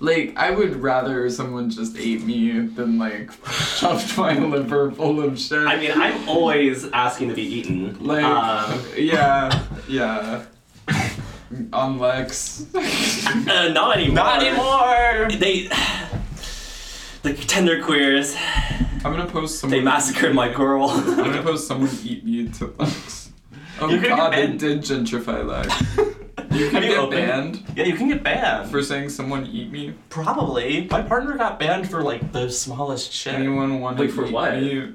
[SPEAKER 1] like I would rather someone just ate me than like chopped my liver full of shit.
[SPEAKER 2] I mean, I'm always asking to be eaten.
[SPEAKER 1] like
[SPEAKER 2] um,
[SPEAKER 1] yeah, yeah. On Lex.
[SPEAKER 2] uh, not anymore.
[SPEAKER 3] not anymore.
[SPEAKER 2] They the tender queers.
[SPEAKER 1] I'm gonna post someone.
[SPEAKER 2] They massacred my girl. Uh,
[SPEAKER 1] I'm gonna post someone eat me to Lex. Oh
[SPEAKER 3] You're gonna get
[SPEAKER 1] god, it
[SPEAKER 3] banned.
[SPEAKER 1] did gentrify Lex. You
[SPEAKER 3] Have
[SPEAKER 1] can
[SPEAKER 3] you
[SPEAKER 1] get
[SPEAKER 3] opened-
[SPEAKER 1] banned
[SPEAKER 3] Yeah, you can get banned.
[SPEAKER 1] for saying someone eat me.
[SPEAKER 3] Probably. My partner got banned for like the smallest shit.
[SPEAKER 1] Anyone want
[SPEAKER 2] Wait,
[SPEAKER 1] to
[SPEAKER 2] for
[SPEAKER 1] eat
[SPEAKER 2] what?
[SPEAKER 1] me?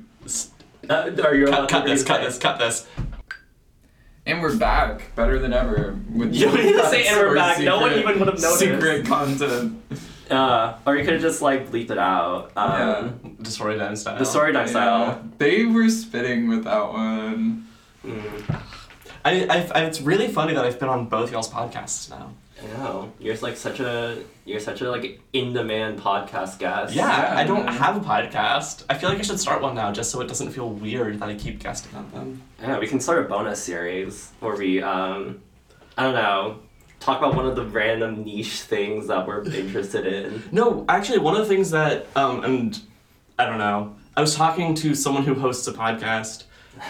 [SPEAKER 2] Uh, are you
[SPEAKER 3] Cut,
[SPEAKER 2] allowed
[SPEAKER 3] cut
[SPEAKER 2] to
[SPEAKER 3] this, cut
[SPEAKER 2] say-
[SPEAKER 3] this, cut this.
[SPEAKER 1] And we're back, better than ever. With
[SPEAKER 2] You don't need to say
[SPEAKER 1] cuts
[SPEAKER 2] and we're
[SPEAKER 1] for
[SPEAKER 2] back. No one
[SPEAKER 1] secret-
[SPEAKER 2] even would have noticed.
[SPEAKER 1] Secret content.
[SPEAKER 2] Uh, or you could have just like bleeped it out. Um,
[SPEAKER 3] Destroy Dan style.
[SPEAKER 2] The story
[SPEAKER 1] Yeah.
[SPEAKER 2] dog style.
[SPEAKER 1] They were spitting with that one.
[SPEAKER 2] Mm,
[SPEAKER 3] I, I, I, it's really funny that I've been on both y'all's podcasts now.
[SPEAKER 2] I know. You're like such a you're such a like in demand podcast guest.
[SPEAKER 3] Yeah, I don't
[SPEAKER 1] Yeah.
[SPEAKER 3] have a podcast. I feel like I should start one now just so it doesn't feel weird that I keep guesting on them.
[SPEAKER 2] Yeah, we can start a bonus series where we, um, I don't know, talk about one of the random niche things that we're interested in.
[SPEAKER 3] No, actually, one of the things that, um, and I don't know, I was talking to someone who hosts a podcast.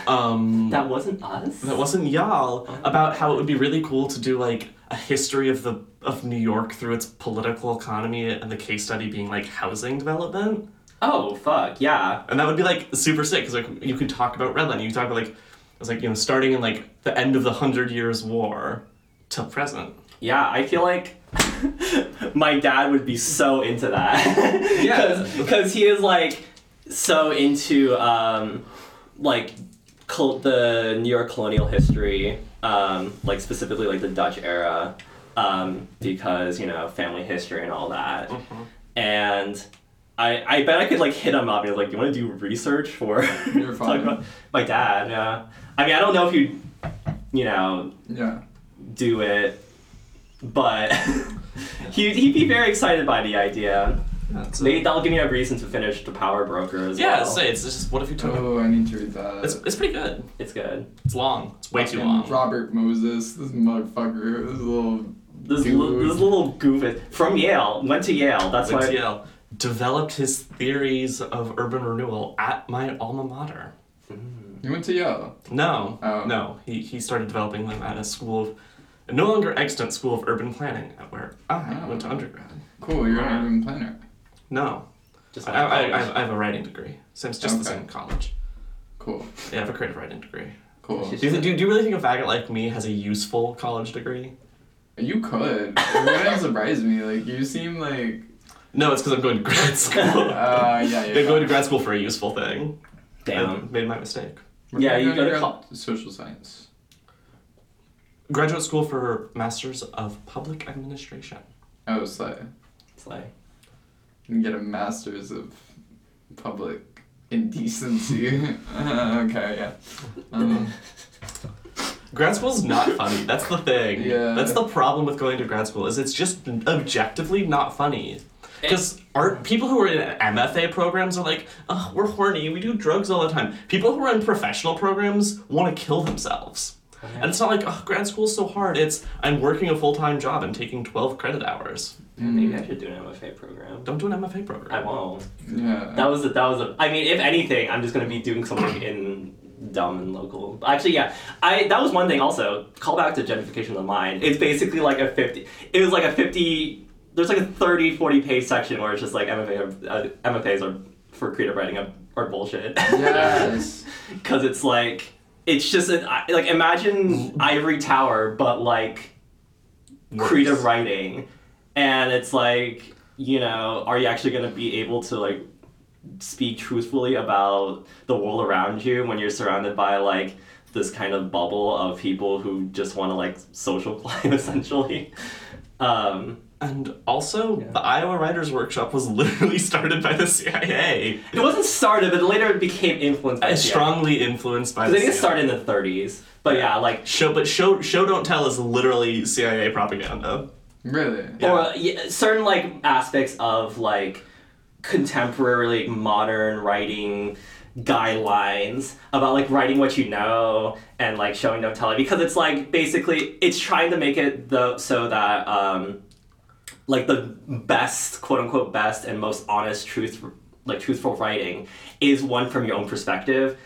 [SPEAKER 3] Um,
[SPEAKER 2] That wasn't us.
[SPEAKER 3] that wasn't y'all
[SPEAKER 1] Oh.
[SPEAKER 3] about how it would be really cool to do like a history of the of New York through its political economy and the case study being like housing development.
[SPEAKER 2] Oh fuck yeah.
[SPEAKER 3] And that would be like super sick because like you could talk about Redland, you could talk about like it was like you know starting in like the end of the Hundred Years' War to present.
[SPEAKER 2] Yeah, I feel like my dad would be so into that.
[SPEAKER 1] Yeah.
[SPEAKER 2] Because he is like so into um, like col- the New York colonial history, um, like specifically like the Dutch era,
[SPEAKER 1] Mm-hmm.
[SPEAKER 2] um, because, you know, family history and all that. And I, I bet I could like hit him up and be like, "You want to do research for?"
[SPEAKER 1] You're
[SPEAKER 2] talk
[SPEAKER 1] fine.
[SPEAKER 2] about my dad. Yeah. I mean, I don't know if you, you know,
[SPEAKER 1] Yeah.
[SPEAKER 2] do it, but he he'd be very excited by the idea.
[SPEAKER 1] That's
[SPEAKER 2] Maybe that'll give me a reason to finish the Power Broker as
[SPEAKER 3] Yeah,
[SPEAKER 2] well.
[SPEAKER 3] say it's just what if you took it?
[SPEAKER 1] Oh, I need to read that.
[SPEAKER 3] It's, it's pretty good.
[SPEAKER 2] it's good.
[SPEAKER 3] It's long. It's way too
[SPEAKER 1] Fucking
[SPEAKER 3] long.
[SPEAKER 1] Robert Moses, this motherfucker, this little
[SPEAKER 2] This,
[SPEAKER 1] Dude.
[SPEAKER 2] li- this little goof is from Yale. Went to Yale. That's why.
[SPEAKER 3] Went to Yale. Developed his theories of urban renewal at my alma mater.
[SPEAKER 1] You went to Yale.
[SPEAKER 3] No,
[SPEAKER 1] Oh.
[SPEAKER 3] no. He, he started developing them at a school of, a no longer extant school of urban planning, at where I
[SPEAKER 1] Oh.
[SPEAKER 3] went to undergrad.
[SPEAKER 1] Cool, you're an urban planner.
[SPEAKER 3] No,
[SPEAKER 2] Just
[SPEAKER 3] I,
[SPEAKER 2] like
[SPEAKER 3] I,
[SPEAKER 2] college.
[SPEAKER 3] I, I have a writing degree. Same, it's just the
[SPEAKER 1] Okay.
[SPEAKER 3] same college.
[SPEAKER 1] Cool,
[SPEAKER 3] Yeah, I have a creative writing degree.
[SPEAKER 1] cool.
[SPEAKER 2] She's-
[SPEAKER 3] Do you, do, do you really think a faggot like me has a useful college degree?
[SPEAKER 1] You could. It wouldn't surprise me. Like you seem like
[SPEAKER 3] No, it's because I'm going to grad school.
[SPEAKER 1] uh yeah, yeah.
[SPEAKER 3] I'm going to grad school for a useful thing. I
[SPEAKER 2] Damn.
[SPEAKER 3] made my mistake.
[SPEAKER 1] We're
[SPEAKER 2] Yeah,
[SPEAKER 1] gonna
[SPEAKER 2] you gotta
[SPEAKER 1] grad-
[SPEAKER 2] call-
[SPEAKER 1] social science.
[SPEAKER 3] Graduate school for Masters of Public Administration.
[SPEAKER 1] Oh slay.
[SPEAKER 2] It's like
[SPEAKER 1] You get a master's of public indecency. Uh, okay, yeah. Um,
[SPEAKER 3] Grad school's not funny. That's the thing.
[SPEAKER 1] Yeah.
[SPEAKER 3] That's the problem with going to grad school is it's just objectively not funny. Because art people who are in MFA programs are like, oh, we're horny, we do drugs all the time. People who are in professional programs want to kill themselves. And it's not like, oh, grad school's so hard. It's I'm working a full time job and taking twelve credit hours.
[SPEAKER 2] maybe
[SPEAKER 3] Hmm.
[SPEAKER 2] I should do an MFA program.
[SPEAKER 3] Don't do an MFA
[SPEAKER 2] I
[SPEAKER 3] program.
[SPEAKER 2] won't.
[SPEAKER 1] yeah.
[SPEAKER 2] That was a, that was a. I mean, if anything, I'm just gonna be doing something in dumb and local. Actually, yeah, I that was one thing. Also, call back to gentrification of the mind. It's basically like a fifty. It was like a fifty. There's like a 30, 40 page section where it's just like MFA, uh, MFAs are for creative writing are, are bullshit.
[SPEAKER 1] yes.
[SPEAKER 2] Because it's like it's just an, I- like imagine ivory tower, but like creative writing and it's like you know are you actually going to be able to like speak truthfully about the world around you when you're surrounded by like this kind of bubble of people who just want to like social climb essentially um
[SPEAKER 3] And also,
[SPEAKER 2] Yeah.
[SPEAKER 3] the Iowa Writers Workshop was literally started by the CIA,
[SPEAKER 2] it wasn't started but later it became influenced by
[SPEAKER 3] Uh,
[SPEAKER 2] CIA.
[SPEAKER 3] strongly influenced by
[SPEAKER 2] 'Cause
[SPEAKER 3] the
[SPEAKER 2] i think
[SPEAKER 3] CIA.
[SPEAKER 2] it started in the 30s but yeah like
[SPEAKER 3] Show, but show, show, don't tell is literally CIA propaganda.
[SPEAKER 1] Really?
[SPEAKER 2] or yeah, certain like aspects of like contemporary like, modern writing guidelines about like writing what you know and like showing don't tell it because it's like basically it's trying to make it the so that um like the best quote unquote best and most honest truth like truthful writing is one from your own perspective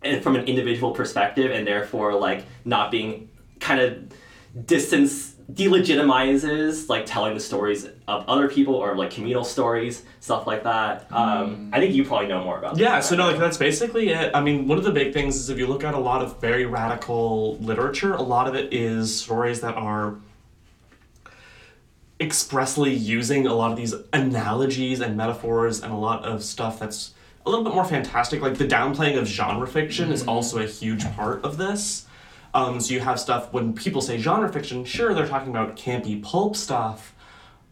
[SPEAKER 2] and from an individual perspective and therefore like not being kind of distance delegitimizes like telling the stories of other people or like communal stories stuff like that um, i think you probably know more about
[SPEAKER 3] Mm. Yeah,
[SPEAKER 2] this.
[SPEAKER 3] so no, like that's basically it. I mean, one of the big things is if you look at a lot of very radical literature, a lot of it is stories that are expressly using a lot of these analogies and metaphors and a lot of stuff that's a little bit more fantastic. Like the downplaying of genre fiction is also a huge part of this. Um, so you have stuff when people say genre fiction, sure, they're talking about campy pulp stuff,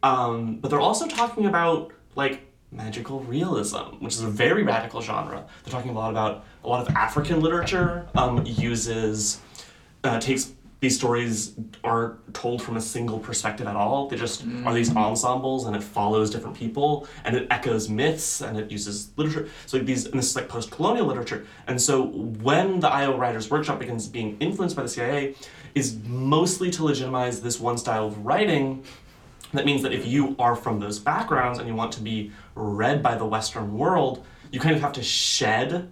[SPEAKER 3] um, but they're also talking about like magical realism, which is a very radical genre. They're talking a lot about a lot of African literature um, uses uh, takes these stories aren't told from a single perspective at all. They just are these ensembles, and it follows different people, and it echoes myths, and it uses literature. So these, and this is like post-colonial literature. And so when the Iowa Writers Workshop begins being influenced by the CIA, is mostly to legitimize this one style of writing. That means that if you are from those backgrounds and you want to be read by the Western world, you kind of have to shed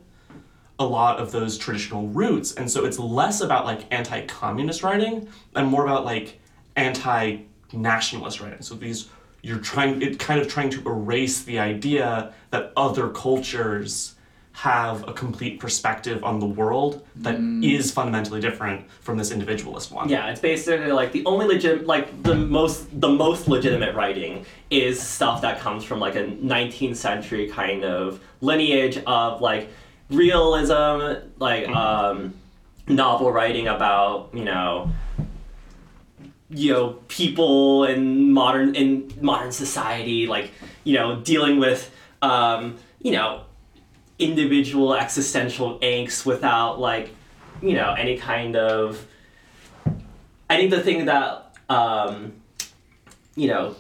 [SPEAKER 3] a lot of those traditional roots. And so it's less about like anti communist writing and more about like anti nationalist writing. So these, you're trying, it kind of trying to erase the idea that other cultures have a complete perspective on the world that is fundamentally different from this individualist one.
[SPEAKER 2] Yeah, it's basically like the only legit, like the most, the most legitimate writing is stuff that comes from like a 19th century kind of lineage of like realism, like um, novel writing about you know, you know, people in modern in modern society, like you know, dealing with um, you know, individual existential angst without like, you know, any kind of. I think the thing that um, you know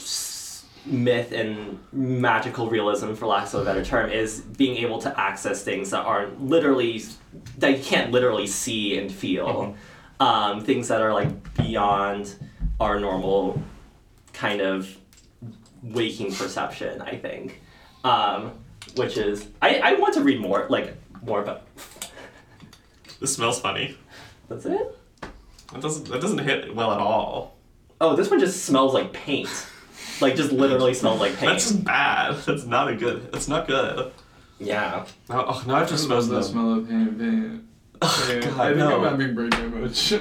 [SPEAKER 2] s- myth and magical realism for lack of a better term is being able to access things that aren't literally that you can't literally see and feel um, things that are like beyond our normal kind of waking perception i think um, which is I, I want to read more like more about
[SPEAKER 3] This smells funny.
[SPEAKER 2] that's it
[SPEAKER 3] That doesn't that doesn't hit well at all.
[SPEAKER 2] oh this one just smells like paint like just literally smells like paint
[SPEAKER 3] That's just bad. That's not a good. That's not good.
[SPEAKER 2] yeah
[SPEAKER 3] Now, oh, now I've just smelled
[SPEAKER 1] the
[SPEAKER 3] them.
[SPEAKER 1] smell of paint. paint.
[SPEAKER 3] Oh,
[SPEAKER 1] Yeah,
[SPEAKER 3] God,
[SPEAKER 1] I think
[SPEAKER 3] no.
[SPEAKER 1] I'm having brain damage.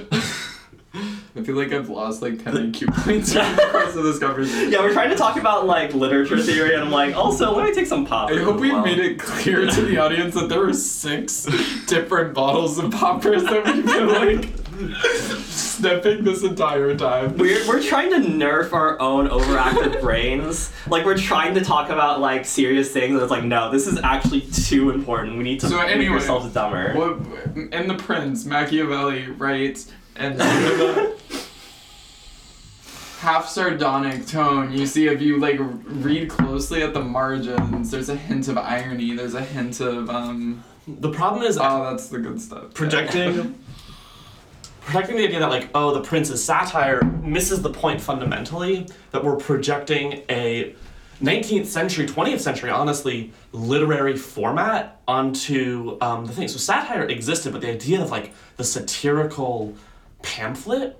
[SPEAKER 1] I feel like I've lost like 10 IQ points over the course of this conversation.
[SPEAKER 2] Yeah, we're trying to talk about like literature theory, and I'm like, also, let me take some pop.
[SPEAKER 1] I hope we've
[SPEAKER 2] Well,
[SPEAKER 1] made it clear to the audience that there were six different bottles of poppers that we've been like sniffing this entire time.
[SPEAKER 2] We're, we're trying to nerf our own overactive brains. Like we're trying to talk about like serious things, and it's like, no, this is actually too important. We need to
[SPEAKER 1] So
[SPEAKER 2] make
[SPEAKER 1] anyway,
[SPEAKER 2] ourselves dumber.
[SPEAKER 1] What, and the prince, Machiavelli, writes, and in the half sardonic tone, you see if you like read closely at the margins, there's a hint of irony, there's a hint of, um,
[SPEAKER 3] The problem is uh,
[SPEAKER 1] oh, that's the good stuff.
[SPEAKER 3] projecting. Projecting the idea that like oh the prince's satire misses the point fundamentally that we're projecting a 19th century 20th century honestly literary format onto um, the thing so satire existed but the idea of like the satirical pamphlet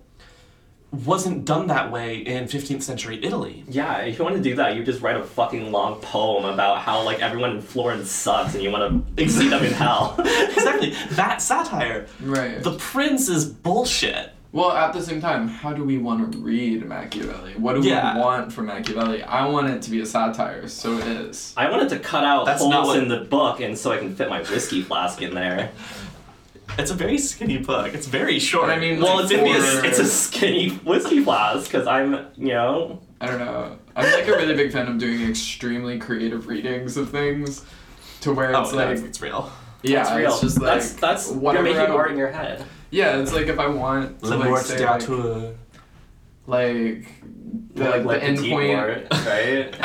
[SPEAKER 3] wasn't done that way in 15th century Italy
[SPEAKER 2] yeah, if you want to do that, you just write a fucking long poem about how like everyone in Florence sucks, and you want to see them in hell.
[SPEAKER 3] exactly that satire
[SPEAKER 1] Right.
[SPEAKER 3] the prince is bullshit
[SPEAKER 1] Well, at the same time, how do we want to read Machiavelli? What do
[SPEAKER 3] Yeah.
[SPEAKER 1] we want from Machiavelli? I want it to be a satire, so it is.
[SPEAKER 2] I wanted to cut out
[SPEAKER 3] That's not
[SPEAKER 2] holes
[SPEAKER 3] what-
[SPEAKER 2] in the book, and so I can fit my whiskey flask in there.
[SPEAKER 3] it's a very skinny book it's very short
[SPEAKER 1] But I mean,
[SPEAKER 2] Well,
[SPEAKER 1] like,
[SPEAKER 2] it's in
[SPEAKER 1] for-
[SPEAKER 2] the, it's a skinny whiskey flask because I'm you know
[SPEAKER 1] I don't know. I'm like a really big fan of doing extremely creative readings of things, to where
[SPEAKER 3] oh
[SPEAKER 1] it's
[SPEAKER 3] no,
[SPEAKER 1] like,
[SPEAKER 3] it's real
[SPEAKER 1] yeah,
[SPEAKER 2] it's real.
[SPEAKER 1] it's just like
[SPEAKER 2] that's that's you're
[SPEAKER 1] whatever.
[SPEAKER 2] making
[SPEAKER 1] I-
[SPEAKER 2] art in your head.
[SPEAKER 1] yeah, it's like if I want to
[SPEAKER 3] Le
[SPEAKER 1] like
[SPEAKER 3] Morte
[SPEAKER 1] say like,
[SPEAKER 3] d'Arthur.
[SPEAKER 1] like the,
[SPEAKER 2] like,
[SPEAKER 1] the
[SPEAKER 2] like
[SPEAKER 1] end
[SPEAKER 2] the
[SPEAKER 1] point.
[SPEAKER 2] right?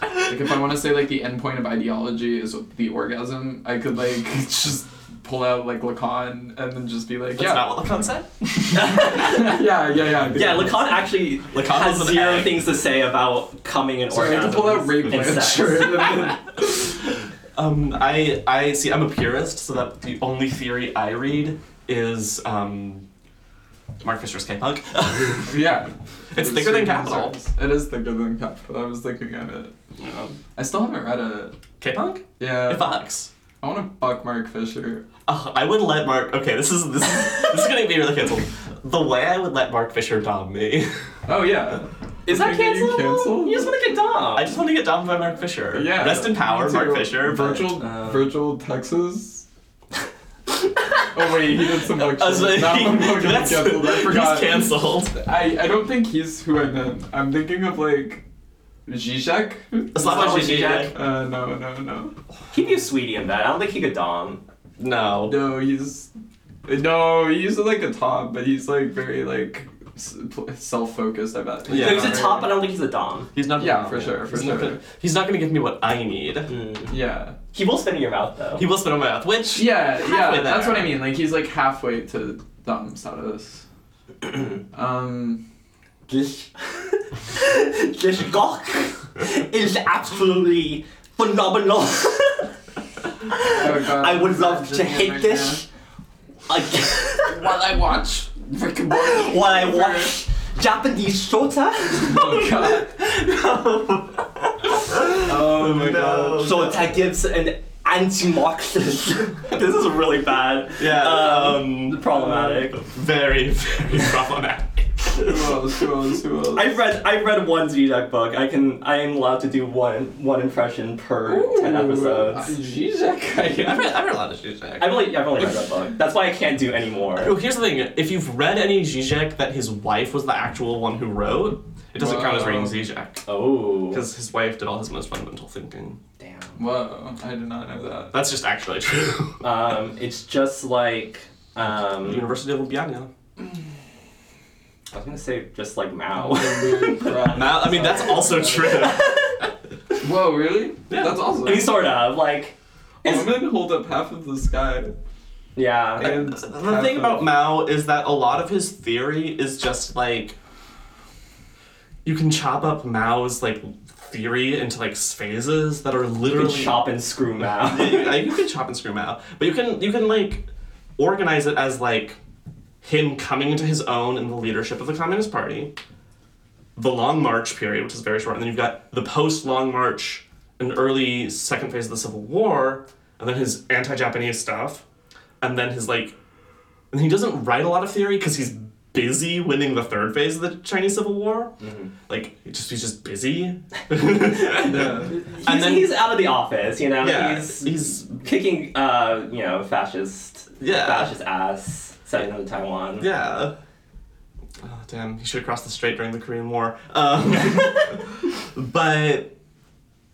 [SPEAKER 1] Like if I want to say like the end point of ideology is the orgasm, I could like just pull out like Lacan and then just be like,
[SPEAKER 3] That's
[SPEAKER 1] yeah,
[SPEAKER 3] not what Lacan said.
[SPEAKER 1] yeah, yeah, yeah. I think
[SPEAKER 2] yeah,
[SPEAKER 1] that's-
[SPEAKER 2] Lacan actually
[SPEAKER 3] Lacan
[SPEAKER 2] has
[SPEAKER 3] was an
[SPEAKER 2] zero
[SPEAKER 3] egg.
[SPEAKER 2] things to say about coming and
[SPEAKER 1] Sorry, I have to pull out
[SPEAKER 2] orgasms
[SPEAKER 1] rape
[SPEAKER 2] and sex.
[SPEAKER 1] literature.
[SPEAKER 3] Um, I I see. I'm a purist, so that the only theory I read is um, Mark Fisher's K-punk.
[SPEAKER 1] yeah. There's
[SPEAKER 3] it's thicker
[SPEAKER 1] certain
[SPEAKER 3] than capital.
[SPEAKER 1] concerns. It is thicker than capital. I was looking at it. I still haven't read it.
[SPEAKER 3] K-punk? It
[SPEAKER 1] Yeah.
[SPEAKER 3] fucks.
[SPEAKER 1] I want to fuck Mark Fisher.
[SPEAKER 3] Oh, I would let Mark. Okay, this is this is, this is gonna be really canceled. The way I would let Mark Fisher dom me,
[SPEAKER 1] Oh yeah.
[SPEAKER 2] Is that
[SPEAKER 1] Can you
[SPEAKER 2] cancelable?
[SPEAKER 1] cancel?
[SPEAKER 2] You just want to get dumb.
[SPEAKER 3] I just want to get domed by Mark Fisher.
[SPEAKER 1] Yeah.
[SPEAKER 3] Rest in power,
[SPEAKER 1] me
[SPEAKER 3] Mark
[SPEAKER 1] too.
[SPEAKER 3] Fisher. but-
[SPEAKER 1] Virtual,
[SPEAKER 2] uh,
[SPEAKER 1] virtual Texas. oh wait, he did some book
[SPEAKER 3] I was
[SPEAKER 1] shit.
[SPEAKER 3] like,
[SPEAKER 1] That one fucking
[SPEAKER 3] that's,
[SPEAKER 1] canceled. I forgot.
[SPEAKER 3] He's canceled.
[SPEAKER 1] I, I don't think he's who I meant. I'm thinking of like Zizek.
[SPEAKER 3] Slavoj
[SPEAKER 2] Slavoj Zizek.
[SPEAKER 3] Zizek.
[SPEAKER 1] Uh, no, no, no.
[SPEAKER 2] He'd be a sweetie in that. I don't think he could dom.
[SPEAKER 3] No.
[SPEAKER 1] No, he's no, he's like a top, but he's like very like s- pl- self-focused. I bet.
[SPEAKER 3] Yeah.
[SPEAKER 2] he's a top, but I don't think he's a dom.
[SPEAKER 3] He's not.
[SPEAKER 1] Yeah, for sure, for
[SPEAKER 3] he's Not
[SPEAKER 1] sure.
[SPEAKER 3] gonna, he's not going to give me what I need.
[SPEAKER 1] Yeah,
[SPEAKER 2] Hmm. He will spit in your mouth though.
[SPEAKER 3] He will spit on my mouth, which
[SPEAKER 1] yeah, yeah.
[SPEAKER 3] there.
[SPEAKER 1] That's what I mean. Like he's like halfway to dumb status. um,
[SPEAKER 2] This, this gawk is absolutely phenomenal.
[SPEAKER 1] oh God,
[SPEAKER 2] I would love
[SPEAKER 1] Imagine
[SPEAKER 2] to
[SPEAKER 1] him
[SPEAKER 2] hate
[SPEAKER 1] right
[SPEAKER 2] this. I-
[SPEAKER 1] now. While I watch Rick and Morty.
[SPEAKER 2] while I watch Japanese Shota.
[SPEAKER 1] Oh God. Oh my
[SPEAKER 3] No.
[SPEAKER 1] God.
[SPEAKER 2] Shota gives an anti-Marxist. this is really bad.
[SPEAKER 3] Yeah.
[SPEAKER 2] Um, problematic.
[SPEAKER 3] very, very problematic.
[SPEAKER 1] Who else? Who else? Who else?
[SPEAKER 2] I've read I've read one Zizek book. I can I am allowed to do one one impression per ten episodes.
[SPEAKER 1] Zizek. I-
[SPEAKER 3] I've read, I've read a lot of Zizek.
[SPEAKER 2] I've only I've only read that book. That's why I can't do any more.
[SPEAKER 3] Oh, here's the thing: if you've read any Zizek that his wife was the actual one who wrote, It doesn't count as reading
[SPEAKER 1] Wow.
[SPEAKER 3] Zizek
[SPEAKER 2] Oh.
[SPEAKER 3] because his wife did all his most fundamental thinking.
[SPEAKER 2] Damn.
[SPEAKER 1] Whoa, I did not know that.
[SPEAKER 3] That's just actually true.
[SPEAKER 2] Um, it's just like. Um,
[SPEAKER 3] University of Ljubljana.
[SPEAKER 2] I was gonna say just like Mao.
[SPEAKER 1] That's a weird graph.
[SPEAKER 3] Now, I mean, that's also true.
[SPEAKER 1] Whoa, really?
[SPEAKER 3] Yeah.
[SPEAKER 1] That's awesome.
[SPEAKER 2] I mean, sort of like.
[SPEAKER 1] Oh,
[SPEAKER 2] It's,
[SPEAKER 1] I'm gonna hold up half of the sky.
[SPEAKER 2] yeah.
[SPEAKER 1] And
[SPEAKER 3] the thing about Mao is that a lot of his theory is just like you can chop up Mao's like theory into like phases that are
[SPEAKER 2] You can
[SPEAKER 3] literally
[SPEAKER 2] chop and screw Mao.
[SPEAKER 3] you, uh, you can chop and screw Mao, but you can you can like organize it as like him coming into his own in the leadership of the Communist Party, the Long March period, which is very short, and then you've got the post Long March, an early second phase of the Civil War, and then his anti-Japanese stuff, and then his like, and he doesn't write a lot of theory because he's busy winning the third phase of the Chinese Civil War. Like, he just he's just busy.
[SPEAKER 1] Yeah.
[SPEAKER 2] He's,
[SPEAKER 3] And then-
[SPEAKER 2] he's out of the office, you know.
[SPEAKER 3] Yeah,
[SPEAKER 2] He's
[SPEAKER 3] he's
[SPEAKER 2] kicking, uh, you know, fascist,
[SPEAKER 3] Yeah.
[SPEAKER 2] fascist ass, setting up Taiwan.
[SPEAKER 3] Yeah. Oh, damn, he should have crossed the strait during the Korean War. Um, but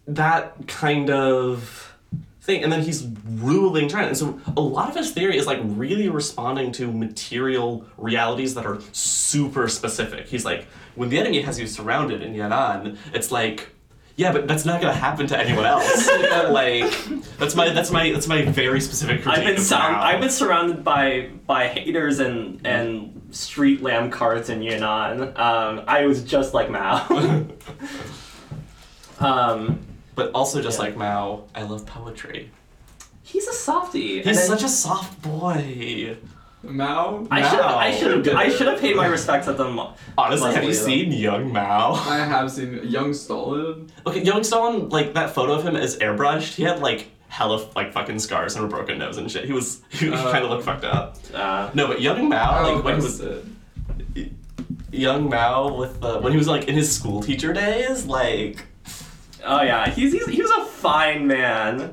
[SPEAKER 3] that kind of thing, and then he's ruling China. And so a lot of his theory is like really responding to material realities that are super specific. He's like, when the enemy has you surrounded in Yan'an, it's like, yeah, but that's not gonna happen to anyone else. like, that's my that's my that's my very specific critique.
[SPEAKER 2] I've been
[SPEAKER 3] of
[SPEAKER 2] sound,
[SPEAKER 3] Mao.
[SPEAKER 2] I've been surrounded by by haters and and street lamb carts in Yunnan. Um, I was just like Mao. um,
[SPEAKER 3] But also, just
[SPEAKER 2] Yeah.
[SPEAKER 3] like Mao, I love poetry.
[SPEAKER 2] he's a softie.
[SPEAKER 3] He's such a soft boy.
[SPEAKER 1] Mao?
[SPEAKER 2] I should
[SPEAKER 3] Mao.
[SPEAKER 2] I should have I should have paid my respects at the. mo-
[SPEAKER 3] Honestly, have
[SPEAKER 2] Leslie,
[SPEAKER 3] you
[SPEAKER 2] though.
[SPEAKER 3] seen Young Mao?
[SPEAKER 1] I have seen Young Stalin.
[SPEAKER 3] Okay, Young Stalin, like that photo of him is airbrushed. He had like hella like fucking scars and a broken nose and shit. He was he
[SPEAKER 1] Uh,
[SPEAKER 3] kind of looked fucked up.
[SPEAKER 2] Uh,
[SPEAKER 3] No, but Young Mao,
[SPEAKER 1] Oh,
[SPEAKER 3] like when he was
[SPEAKER 1] that's it.
[SPEAKER 3] Young Mao with the when he was like in his school teacher days, like
[SPEAKER 2] oh yeah, he's, he's he was a fine man.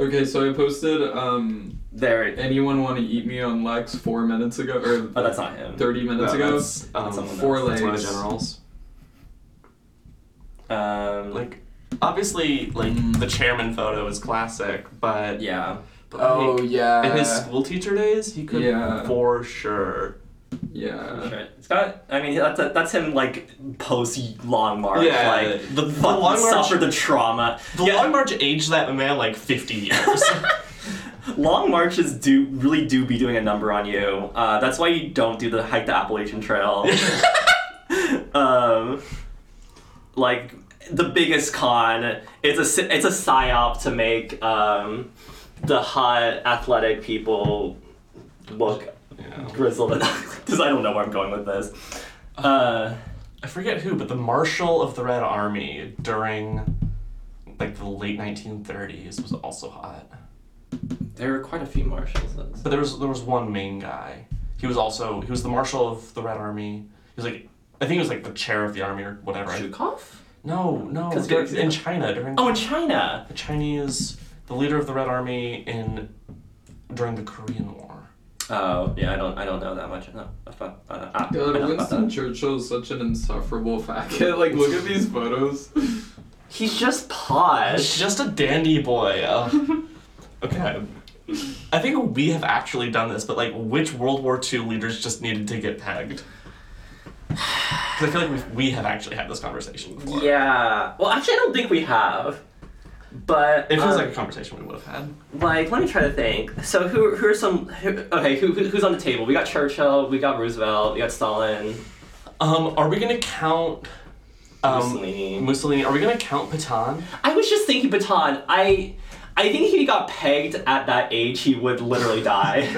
[SPEAKER 1] Okay, so I posted um
[SPEAKER 2] There. it-
[SPEAKER 1] anyone want to eat me on Lex four minutes ago or
[SPEAKER 2] Oh, that's not him.
[SPEAKER 1] thirty minutes
[SPEAKER 3] No,
[SPEAKER 1] ago.
[SPEAKER 3] that's, um,
[SPEAKER 2] someone
[SPEAKER 1] four
[SPEAKER 2] else.
[SPEAKER 1] legs.
[SPEAKER 3] that's one of the generals.
[SPEAKER 2] Um,
[SPEAKER 3] Like obviously, like
[SPEAKER 1] Mm.
[SPEAKER 3] the chairman photo is classic, but
[SPEAKER 2] yeah.
[SPEAKER 3] but,
[SPEAKER 1] Oh
[SPEAKER 3] like,
[SPEAKER 1] yeah.
[SPEAKER 3] in his school teacher days, he could
[SPEAKER 1] Yeah.
[SPEAKER 3] for sure. Uh-huh.
[SPEAKER 1] yeah.
[SPEAKER 2] Sure. It's got. I mean, that's that's him like post long march.
[SPEAKER 3] Yeah,
[SPEAKER 2] like
[SPEAKER 3] the- the
[SPEAKER 2] fucking
[SPEAKER 3] Long March-
[SPEAKER 2] suffered the trauma.
[SPEAKER 3] The
[SPEAKER 2] yeah,
[SPEAKER 3] Long March aged that man like 50 years.
[SPEAKER 2] long marches do really do be doing a number on you. Uh, that's why you don't do the hike the Appalachian Trail. um, like the biggest con, it's a sy- it's a psyop to make um, the hot athletic people look
[SPEAKER 3] yeah.
[SPEAKER 2] grizzled and because I don't know where I'm going with this. Uh,
[SPEAKER 3] I forget who, but the Marshal of the Red Army during like the late 1930s was also hot.
[SPEAKER 2] there were quite a few marshals. that's-
[SPEAKER 3] But there was there was one main guy. He was also he was the Marshal of the Red Army. He was like I think he was like the chair of the army or whatever.
[SPEAKER 2] Zhukov?
[SPEAKER 3] No, no,
[SPEAKER 2] 'Cause
[SPEAKER 3] during-
[SPEAKER 2] he-
[SPEAKER 3] in China during
[SPEAKER 2] Oh, in China.
[SPEAKER 3] the Chinese the leader of the Red Army in during the Korean War.
[SPEAKER 2] Oh, yeah. I don't. I don't know that much no, about, about, ah,
[SPEAKER 1] God,
[SPEAKER 2] enough about
[SPEAKER 1] Winston
[SPEAKER 2] that.
[SPEAKER 1] Churchill is such an insufferable faggot. Like, look at these photos.
[SPEAKER 2] He's just
[SPEAKER 3] It's
[SPEAKER 2] posh.
[SPEAKER 3] just a dandy boy. uh, okay. I think we have actually done this, but like, which World War II leaders just needed to get pegged? 'Cause I feel like we've, we have actually had this conversation before.
[SPEAKER 2] Yeah. Well, actually, I don't think we have. But
[SPEAKER 3] It feels
[SPEAKER 2] um,
[SPEAKER 3] like a conversation we would have had.
[SPEAKER 2] like let me try to think. So who who are some who, okay who, who who's on the table? We got Churchill. We got Roosevelt. We got Stalin.
[SPEAKER 3] Um, are we gonna count um,
[SPEAKER 2] Mussolini.
[SPEAKER 3] Mussolini? Are we gonna count Patan?
[SPEAKER 2] I was just thinking Baton. I I think if he got pegged at that age, he would literally die.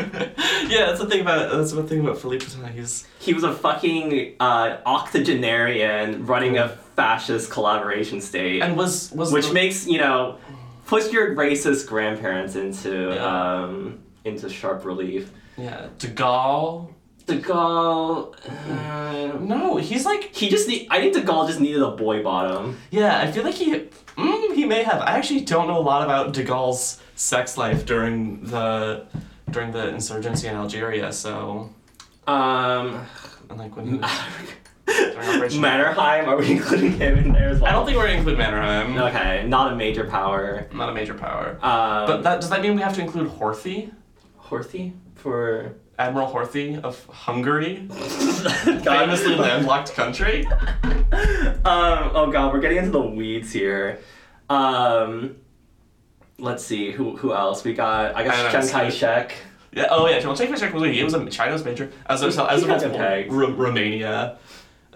[SPEAKER 3] yeah, that's the thing about that's the thing about Philippe Patan. He's
[SPEAKER 2] he was a fucking uh, octogenarian running a fascist collaboration state.
[SPEAKER 3] and was was
[SPEAKER 2] which
[SPEAKER 3] the-
[SPEAKER 2] makes you know puts your racist grandparents into
[SPEAKER 3] Yeah.
[SPEAKER 2] um, into sharp relief.
[SPEAKER 3] yeah De Gaulle.
[SPEAKER 2] De Gaulle, uh,
[SPEAKER 3] No, he's like
[SPEAKER 2] he just need. I think De Gaulle just needed a boy bottom.
[SPEAKER 3] Yeah, I feel like he mm, he may have. I actually don't know a lot about De Gaulle's sex life during the during the insurgency in Algeria. So
[SPEAKER 2] Um,
[SPEAKER 3] and like when he was, During Operation-
[SPEAKER 2] Mannerheim, are we including him in there as well?
[SPEAKER 3] I don't think we're gonna include Mannerheim.
[SPEAKER 2] Okay, not a major power.
[SPEAKER 3] Not a major power.
[SPEAKER 2] Um,
[SPEAKER 3] but that, does that mean we have to include Horthy?
[SPEAKER 2] Horthy for
[SPEAKER 3] Admiral Horthy of Hungary? Famously landlocked country?
[SPEAKER 2] um, oh god, we're getting into the weeds here. Um, let's see who who else we got. I
[SPEAKER 3] I
[SPEAKER 2] guess
[SPEAKER 3] don't
[SPEAKER 2] Chiang Kai
[SPEAKER 3] know.
[SPEAKER 2] Shek.
[SPEAKER 3] Yeah, oh yeah, well, Czech Czech was a, it was a China's major as a, as
[SPEAKER 2] He
[SPEAKER 3] a
[SPEAKER 2] had
[SPEAKER 3] multiple
[SPEAKER 2] pegs.
[SPEAKER 3] Ru- Romania,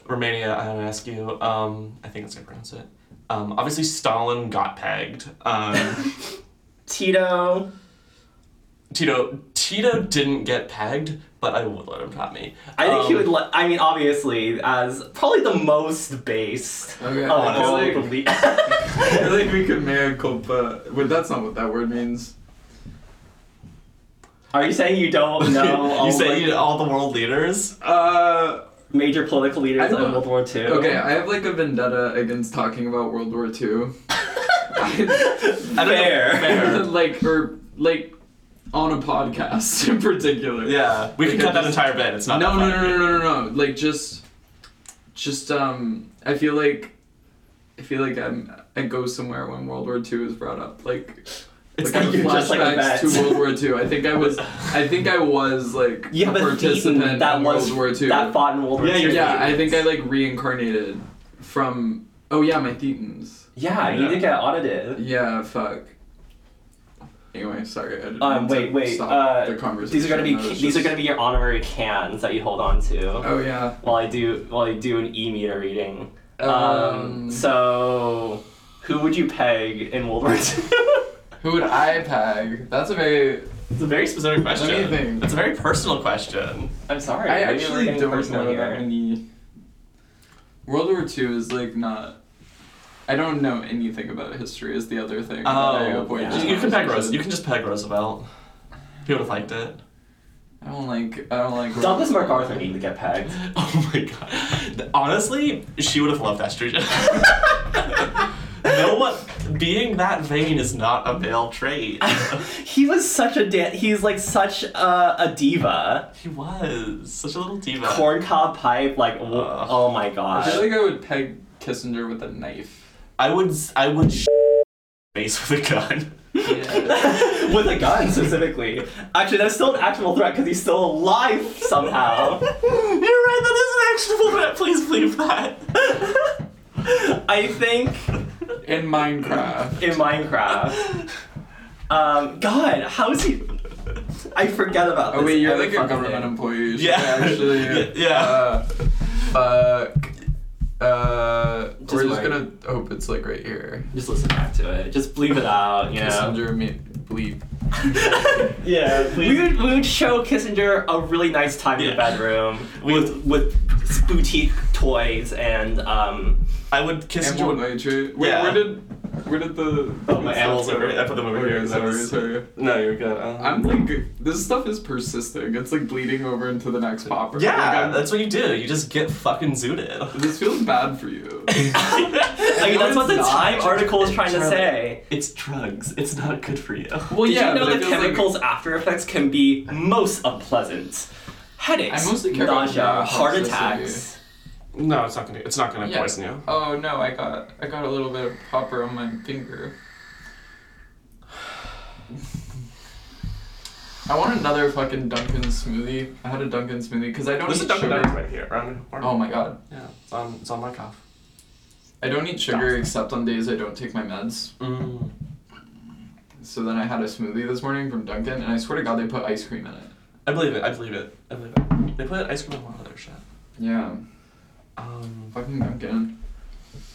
[SPEAKER 3] Romania. I don't ask you. Um, I think that's how you pronounce it. Um, obviously Stalin got pegged. Um,
[SPEAKER 2] Tito.
[SPEAKER 3] Tito Tito didn't get pegged, but I would let him pat me.
[SPEAKER 2] I think he
[SPEAKER 3] Um,
[SPEAKER 2] would. Li- I mean, obviously, as probably the most base.
[SPEAKER 1] Okay,
[SPEAKER 2] of
[SPEAKER 1] honestly.
[SPEAKER 2] all the le-
[SPEAKER 1] I feel like we could mea culpa. Wait, that's not what that word means.
[SPEAKER 2] Are you saying you don't know all
[SPEAKER 3] you say
[SPEAKER 2] like,
[SPEAKER 3] you know all the world leaders.
[SPEAKER 1] Uh,
[SPEAKER 2] major political
[SPEAKER 1] I
[SPEAKER 2] leaders
[SPEAKER 1] don't
[SPEAKER 2] of
[SPEAKER 1] know.
[SPEAKER 2] World War II?
[SPEAKER 1] okay, I have like a vendetta against talking about World War II. I-
[SPEAKER 3] I don't know-
[SPEAKER 2] Fair.
[SPEAKER 3] fair.
[SPEAKER 1] like, or like on a podcast in particular.
[SPEAKER 3] Yeah, we can
[SPEAKER 1] Okay,
[SPEAKER 3] cut that
[SPEAKER 1] just-
[SPEAKER 3] entire bit. It's not.
[SPEAKER 1] no,
[SPEAKER 3] that
[SPEAKER 1] no,
[SPEAKER 3] funny.
[SPEAKER 1] no, no, no, no, no. Like just, just um, I feel like, I feel like I'm I go somewhere when World War II is brought up. Like, like
[SPEAKER 3] It's
[SPEAKER 2] not
[SPEAKER 1] I have
[SPEAKER 2] you, just like a
[SPEAKER 1] flashbacks
[SPEAKER 2] vet.
[SPEAKER 1] to World War II. I think I was, I think I was like
[SPEAKER 2] You
[SPEAKER 1] a
[SPEAKER 2] have a theme
[SPEAKER 1] participant
[SPEAKER 2] that
[SPEAKER 1] in
[SPEAKER 2] was
[SPEAKER 1] World War II.
[SPEAKER 2] that fought in World War
[SPEAKER 3] Yeah,
[SPEAKER 2] II.
[SPEAKER 3] you're-
[SPEAKER 1] yeah, I
[SPEAKER 3] Thetans.
[SPEAKER 1] think I like reincarnated from. Oh yeah, my thetans.
[SPEAKER 2] Yeah, you
[SPEAKER 3] Yeah.
[SPEAKER 2] need to get audited.
[SPEAKER 1] Yeah, fuck. Anyway, sorry. I didn't
[SPEAKER 2] Um,
[SPEAKER 1] mean to
[SPEAKER 2] wait, wait.
[SPEAKER 1] Stop
[SPEAKER 2] Uh,
[SPEAKER 1] the conversation.
[SPEAKER 2] these are gonna be
[SPEAKER 1] That was
[SPEAKER 2] these are
[SPEAKER 1] just-
[SPEAKER 2] gonna be your honorary cans that you hold on to
[SPEAKER 1] Oh yeah.
[SPEAKER 2] while I do while I do an e meter reading. Um,
[SPEAKER 1] Um,
[SPEAKER 2] so who would you peg in World War II?
[SPEAKER 1] Who would I peg? That's a very.
[SPEAKER 3] It's a very specific question.
[SPEAKER 1] Anything.
[SPEAKER 3] It's a very personal question.
[SPEAKER 2] I'm sorry.
[SPEAKER 1] I
[SPEAKER 2] maybe we're
[SPEAKER 1] actually
[SPEAKER 2] getting
[SPEAKER 1] don't
[SPEAKER 2] personal
[SPEAKER 1] know
[SPEAKER 2] here.
[SPEAKER 1] that many. World War II is like not. I don't know anything about history. Is the other thing. that I
[SPEAKER 3] Oh,
[SPEAKER 1] avoid
[SPEAKER 2] yeah.
[SPEAKER 1] this
[SPEAKER 3] you can peg
[SPEAKER 1] conversation.
[SPEAKER 3] Roosevelt. You can just peg Roosevelt. He would have liked it.
[SPEAKER 1] I don't like. I don't like.
[SPEAKER 2] Douglas MacArthur needed to get pegged.
[SPEAKER 3] Oh my god. Honestly, she would have loved estrogen. no one being that vain is not a male trait.
[SPEAKER 2] He was such a da- he's like such a, a diva.
[SPEAKER 3] he was such a little diva.
[SPEAKER 2] Corncob pipe, like w-
[SPEAKER 3] Ugh.
[SPEAKER 2] oh my
[SPEAKER 1] I feel
[SPEAKER 2] god.
[SPEAKER 1] like I would peg Kissinger with a knife.
[SPEAKER 3] I would I would sh- face with a gun.
[SPEAKER 1] Yeah.
[SPEAKER 2] With a gun specifically. Actually, that's still an actual threat because he's still alive
[SPEAKER 1] Oh.
[SPEAKER 2] somehow.
[SPEAKER 3] You're right. That is an actionable threat. Please believe that.
[SPEAKER 2] I think
[SPEAKER 1] In Minecraft.
[SPEAKER 2] in Minecraft. Um, God, how is he? I forget about this.
[SPEAKER 1] Oh wait, you're
[SPEAKER 2] every
[SPEAKER 1] like a
[SPEAKER 2] fucking
[SPEAKER 1] government
[SPEAKER 2] day.
[SPEAKER 1] employee. You should
[SPEAKER 3] Yeah.
[SPEAKER 1] Actually.
[SPEAKER 3] Yeah.
[SPEAKER 1] Uh, fuck. Uh, we're just
[SPEAKER 2] wait.
[SPEAKER 1] gonna hope it's like right here.
[SPEAKER 2] Just listen back to it. Just bleep it out. You know.
[SPEAKER 1] Kissinger, me, bleep.
[SPEAKER 2] Yeah, we would, we would show Kissinger a really nice time in
[SPEAKER 3] Yeah.
[SPEAKER 2] the bedroom
[SPEAKER 3] We-
[SPEAKER 2] with with boutique toys and um.
[SPEAKER 3] I would kiss
[SPEAKER 1] Animal
[SPEAKER 3] Jordan.
[SPEAKER 1] nature. Wait,
[SPEAKER 3] Yeah.
[SPEAKER 1] where did where did the
[SPEAKER 2] Oh, my
[SPEAKER 3] animals over here. I put them over
[SPEAKER 1] Okay,
[SPEAKER 3] here. That
[SPEAKER 1] Sorry,
[SPEAKER 3] was-
[SPEAKER 1] sorry.
[SPEAKER 3] No, you're good. Um,
[SPEAKER 1] I'm like this stuff is persisting. It's like bleeding over into the next popper. Like,
[SPEAKER 3] Yeah,
[SPEAKER 1] I'm-
[SPEAKER 3] that's what you do. You just get fucking zooted.
[SPEAKER 1] This feels bad for you.
[SPEAKER 2] I mean, that's what the
[SPEAKER 1] it's not.
[SPEAKER 2] Time article is trying to
[SPEAKER 3] Charlie.
[SPEAKER 2] say.
[SPEAKER 3] It's drugs. It's not good for you.
[SPEAKER 1] Well,
[SPEAKER 2] Did
[SPEAKER 1] yeah,
[SPEAKER 2] you know
[SPEAKER 1] but it
[SPEAKER 2] the
[SPEAKER 1] feels like-
[SPEAKER 2] chemicals after effects can be most unpleasant? Headaches,
[SPEAKER 1] I mostly care about
[SPEAKER 2] nausea, heart
[SPEAKER 1] neurotoxicity.
[SPEAKER 2] attacks.
[SPEAKER 3] No, it's not gonna. It's not gonna
[SPEAKER 1] Yeah.
[SPEAKER 3] poison you.
[SPEAKER 1] Oh no, I got I got a little bit of popper on my finger. I want another fucking Dunkin' smoothie. I had a Dunkin' smoothie because I don't
[SPEAKER 3] There's a
[SPEAKER 1] eat
[SPEAKER 3] Dunkin'
[SPEAKER 1] sugar.
[SPEAKER 3] Donuts right here. Around the corner.
[SPEAKER 1] Oh my god,
[SPEAKER 3] Yeah, it's on. It's on my cough.
[SPEAKER 1] I don't eat sugar except on days I don't take my meds.
[SPEAKER 3] Mm.
[SPEAKER 1] So then I had a smoothie this morning from Dunkin', and I swear to God they put ice cream in it.
[SPEAKER 3] I believe it. I believe it. I believe it. They put ice cream on a lot of their shit.
[SPEAKER 1] Yeah,
[SPEAKER 3] Um,
[SPEAKER 1] fucking Dunkin'.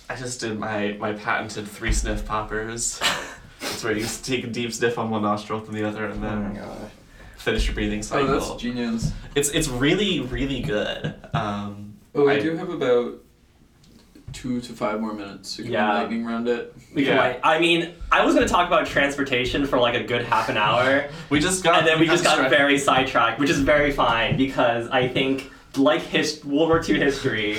[SPEAKER 3] I just did my my patented three sniff poppers. it's where you s- take a deep sniff on one nostril from the other, and then
[SPEAKER 2] god.
[SPEAKER 3] finish your breathing
[SPEAKER 1] Oh,
[SPEAKER 3] cycle.
[SPEAKER 1] that's genius.
[SPEAKER 3] it's it's really really good. Um,
[SPEAKER 1] Oh, I
[SPEAKER 3] I-
[SPEAKER 1] do have about two to five more minutes. So can
[SPEAKER 2] Yeah.
[SPEAKER 1] we lightning round it?
[SPEAKER 2] We can
[SPEAKER 3] Yeah.
[SPEAKER 2] like, I mean, I was gonna talk about transportation for like a good half an hour,
[SPEAKER 3] we just got
[SPEAKER 2] and then we just got
[SPEAKER 3] distracted.
[SPEAKER 2] very sidetracked, which is very fine because I think, like his World War II history,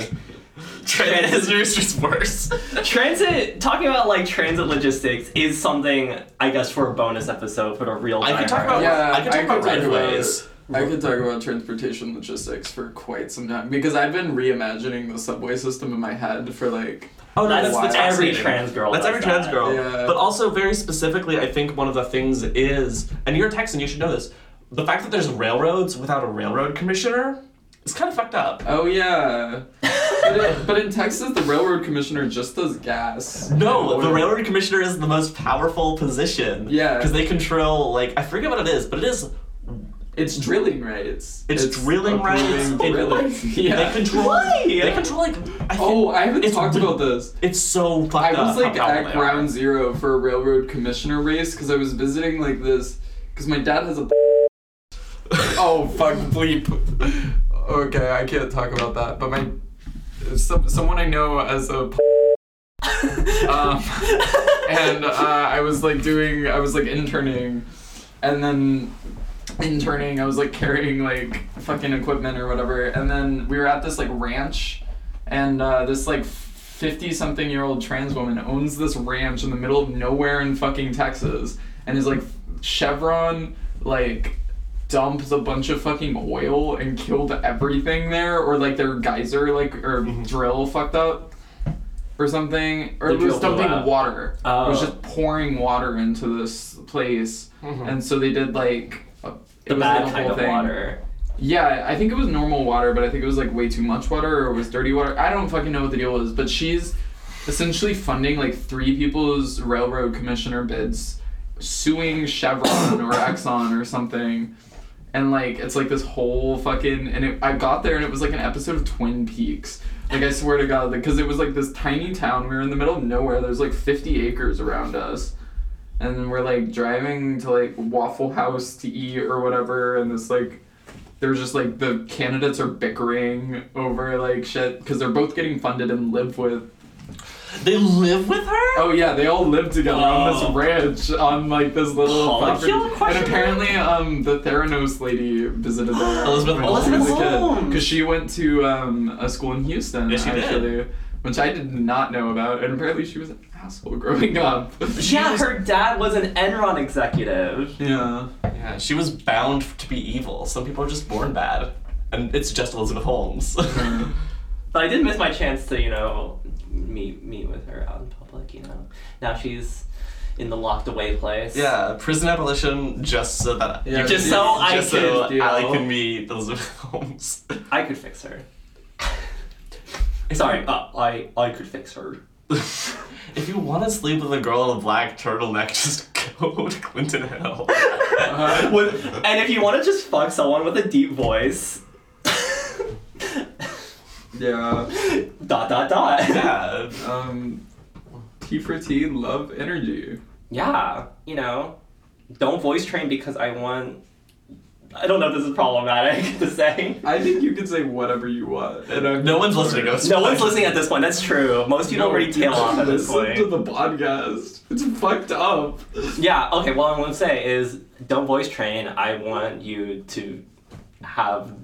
[SPEAKER 3] Trade is just worse.
[SPEAKER 2] transit talking about like transit logistics is something I guess for a bonus episode for a real.
[SPEAKER 3] I could talk about
[SPEAKER 1] Yeah,
[SPEAKER 3] I could talk
[SPEAKER 1] I
[SPEAKER 3] about
[SPEAKER 1] could talk
[SPEAKER 3] right of
[SPEAKER 1] about
[SPEAKER 3] ways.
[SPEAKER 1] I could talk about transportation logistics for quite some time because I've been reimagining the subway system in my head for like
[SPEAKER 3] Oh, no,
[SPEAKER 2] That's,
[SPEAKER 3] that's, that's
[SPEAKER 2] every
[SPEAKER 3] fascinating.
[SPEAKER 2] trans girl.
[SPEAKER 3] That's
[SPEAKER 2] does
[SPEAKER 3] every trans
[SPEAKER 2] that.
[SPEAKER 3] girl.
[SPEAKER 1] Yeah.
[SPEAKER 3] But also, very specifically, I think one of the things is, and you're a Texan, you should know this, the fact that there's railroads without a railroad commissioner is kind of fucked up.
[SPEAKER 1] oh yeah. but, it, but in Texas, the railroad commissioner just does gas.
[SPEAKER 3] No,
[SPEAKER 1] And
[SPEAKER 3] the
[SPEAKER 1] oil.
[SPEAKER 3] railroad commissioner is the most powerful position.
[SPEAKER 1] Yeah.
[SPEAKER 3] Because they control, like, I forget what it is, but it is.
[SPEAKER 1] It's drilling rights.
[SPEAKER 3] It's drilling rights.
[SPEAKER 1] approving
[SPEAKER 3] It-
[SPEAKER 1] drilling.
[SPEAKER 3] They
[SPEAKER 1] yeah.
[SPEAKER 3] control.
[SPEAKER 2] Why?
[SPEAKER 3] They control, like. I think
[SPEAKER 1] Oh, I haven't
[SPEAKER 3] It's
[SPEAKER 1] talked
[SPEAKER 3] re-
[SPEAKER 1] about this.
[SPEAKER 3] It's so fucked
[SPEAKER 1] I
[SPEAKER 3] up.
[SPEAKER 1] was like
[SPEAKER 3] how powerful
[SPEAKER 1] at
[SPEAKER 3] they are.
[SPEAKER 1] ground zero for a railroad commissioner race because I was visiting like this because my dad has a. oh fuck bleep. Okay, I can't talk about that. But my some, someone I know as a. um, and uh, I was like doing I was like interning, and then interning I was like carrying like fucking equipment or whatever, and then we were at this like ranch and uh, this like 50 something year old trans woman owns this ranch in the middle of nowhere in fucking Texas and is like Chevron like dumped a bunch of fucking oil and killed everything there or like their geyser like or drill fucked up or something or
[SPEAKER 2] The
[SPEAKER 1] it was
[SPEAKER 2] drill blew
[SPEAKER 1] dumping
[SPEAKER 2] up.
[SPEAKER 1] water it was
[SPEAKER 2] Oh.
[SPEAKER 1] just pouring water into this place and so they did like a, it
[SPEAKER 2] Mm-hmm. The
[SPEAKER 1] was like
[SPEAKER 2] bad
[SPEAKER 1] a
[SPEAKER 2] kind
[SPEAKER 1] whole
[SPEAKER 2] of
[SPEAKER 1] thing.
[SPEAKER 2] water.
[SPEAKER 1] Yeah, I think it was normal water, but I think it was like way too much water or it was dirty water. I don't fucking know what the deal is, but she's essentially funding like three people's railroad commissioner bids, suing Chevron or Exxon or something. And like it's like this whole fucking and it, I got there and it was like an episode of Twin Peaks. Like I swear to God, because it was like this tiny town. We were in the middle of nowhere. There's like 50 acres around us and we're like driving to like Waffle House to eat or whatever, and it's like there's just like the candidates are bickering over like shit because they're both getting funded and live with.
[SPEAKER 3] They live with her?
[SPEAKER 1] Oh yeah, they all live together
[SPEAKER 2] Oh.
[SPEAKER 1] on this ranch on like this little
[SPEAKER 2] Polycule
[SPEAKER 1] property.
[SPEAKER 2] question
[SPEAKER 1] And apparently, um, the Theranos lady visited there.
[SPEAKER 3] Elizabeth
[SPEAKER 1] when she was a
[SPEAKER 2] Holmes.
[SPEAKER 1] because she went to um a school in Houston.
[SPEAKER 3] Yes, she did.
[SPEAKER 1] actually, Which I did not know about, and apparently she was an asshole growing up.
[SPEAKER 2] Yeah, her dad was an Enron executive.
[SPEAKER 1] yeah.
[SPEAKER 3] Yeah, she was bound to be evil. Some people are just born bad. And it's just Elizabeth Holmes.
[SPEAKER 2] But I did miss my chance to, you know, meet meet with her out in public, you know. Now she's in the locked away place.
[SPEAKER 3] yeah, prison abolition just so that
[SPEAKER 1] Yeah,
[SPEAKER 2] Just so I
[SPEAKER 3] just
[SPEAKER 2] can
[SPEAKER 3] so
[SPEAKER 1] deal.
[SPEAKER 3] Allie can meet Elizabeth Holmes.
[SPEAKER 2] I could fix her. Sorry, uh, I I could fix her.
[SPEAKER 3] if you want to sleep with a girl in a black turtleneck, just go to Clinton Hill.
[SPEAKER 2] With- and if you want to just fuck someone with a deep voice,
[SPEAKER 1] Yeah.
[SPEAKER 2] dot dot dot.
[SPEAKER 3] yeah. uh,
[SPEAKER 1] Um, T for T, love energy.
[SPEAKER 2] Yeah, you know, don't voice train because I want. I don't know if this is problematic to say.
[SPEAKER 1] I think you can say whatever you want, and I'm
[SPEAKER 3] No one's listening to us.
[SPEAKER 2] No one's listening at this point. That's true. Most people already tail off at this
[SPEAKER 1] Listen to
[SPEAKER 2] point.
[SPEAKER 1] the podcast. It's fucked up.
[SPEAKER 2] Yeah. Okay. What I'm gonna say is, don't voice train. I want you to have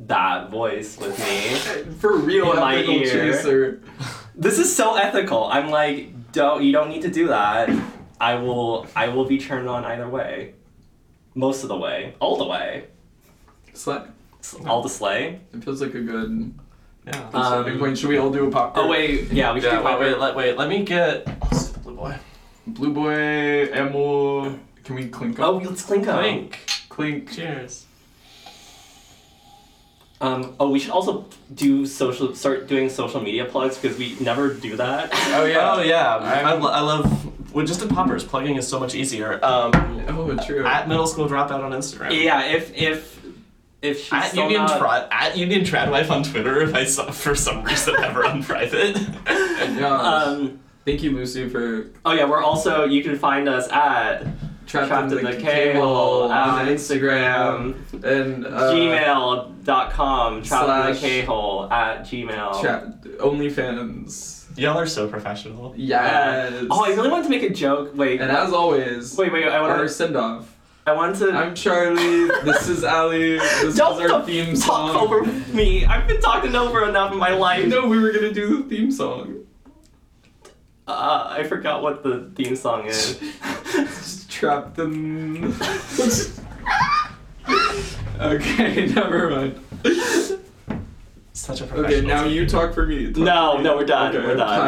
[SPEAKER 2] that voice with me.
[SPEAKER 1] For real,
[SPEAKER 2] In my
[SPEAKER 1] ethical
[SPEAKER 2] ear.
[SPEAKER 1] chaser.
[SPEAKER 2] This is so ethical. I'm like, don't. You don't need to do that. I will. I will be turned on either way. Most of the way. All the way.
[SPEAKER 1] Slap.
[SPEAKER 2] All the sleigh.
[SPEAKER 1] It feels like a good
[SPEAKER 3] Yeah.
[SPEAKER 1] starting point. Should we all do a pop?
[SPEAKER 2] Um, Oh wait. Yeah. We should
[SPEAKER 3] yeah,
[SPEAKER 2] do
[SPEAKER 3] wait,
[SPEAKER 2] one-
[SPEAKER 3] wait, let, wait, let me get. Let's get the blue boy.
[SPEAKER 1] Blue boy, Emil. Can we clink up?
[SPEAKER 2] Oh, let's clink up.
[SPEAKER 3] Link.
[SPEAKER 1] clink.
[SPEAKER 3] Cheers.
[SPEAKER 2] Um, oh, we should also do social, start doing social media plugs because we never do that.
[SPEAKER 1] Oh yeah.
[SPEAKER 3] Oh yeah,
[SPEAKER 1] I'm-
[SPEAKER 3] I, lo- I love. With just in poppers, plugging is so much easier. Um,
[SPEAKER 1] Oh, true.
[SPEAKER 3] at middle school dropout on Instagram.
[SPEAKER 2] yeah, if if if she's
[SPEAKER 3] At
[SPEAKER 2] still
[SPEAKER 3] Union,
[SPEAKER 2] not,
[SPEAKER 3] Trad, at Union Tradwife on Twitter if I saw for some reason ever on private.
[SPEAKER 1] yeah.
[SPEAKER 2] um,
[SPEAKER 1] Thank you, Lucy, for
[SPEAKER 2] oh yeah, we're also you can find us at
[SPEAKER 1] trapped,
[SPEAKER 2] trapped in the K-hole on Instagram,
[SPEAKER 1] and uh,
[SPEAKER 2] gmail.com, trapped in the
[SPEAKER 1] slash-
[SPEAKER 2] K-hole at gmail.
[SPEAKER 1] Trapped OnlyFans.
[SPEAKER 3] Y'all are so professional.
[SPEAKER 1] Yes.
[SPEAKER 2] Oh, I Uh, really wanted to make a joke. Wait,
[SPEAKER 1] And as always,
[SPEAKER 2] wait, wait. I
[SPEAKER 1] our
[SPEAKER 2] want to.
[SPEAKER 1] send off.
[SPEAKER 2] I want to.
[SPEAKER 1] I'm Charlie. this is Ali. This
[SPEAKER 2] don't
[SPEAKER 1] is our
[SPEAKER 2] talk
[SPEAKER 1] theme song.
[SPEAKER 2] over me. I've been talked over enough in my life.
[SPEAKER 1] No, we were gonna do the theme song.
[SPEAKER 2] Uh, I forgot what the theme song is.
[SPEAKER 1] Just trapped in. Okay, never mind.
[SPEAKER 4] Such a professional.
[SPEAKER 1] Okay, now you talk for me.
[SPEAKER 2] No, no, we're done.
[SPEAKER 1] Okay.
[SPEAKER 2] We're done.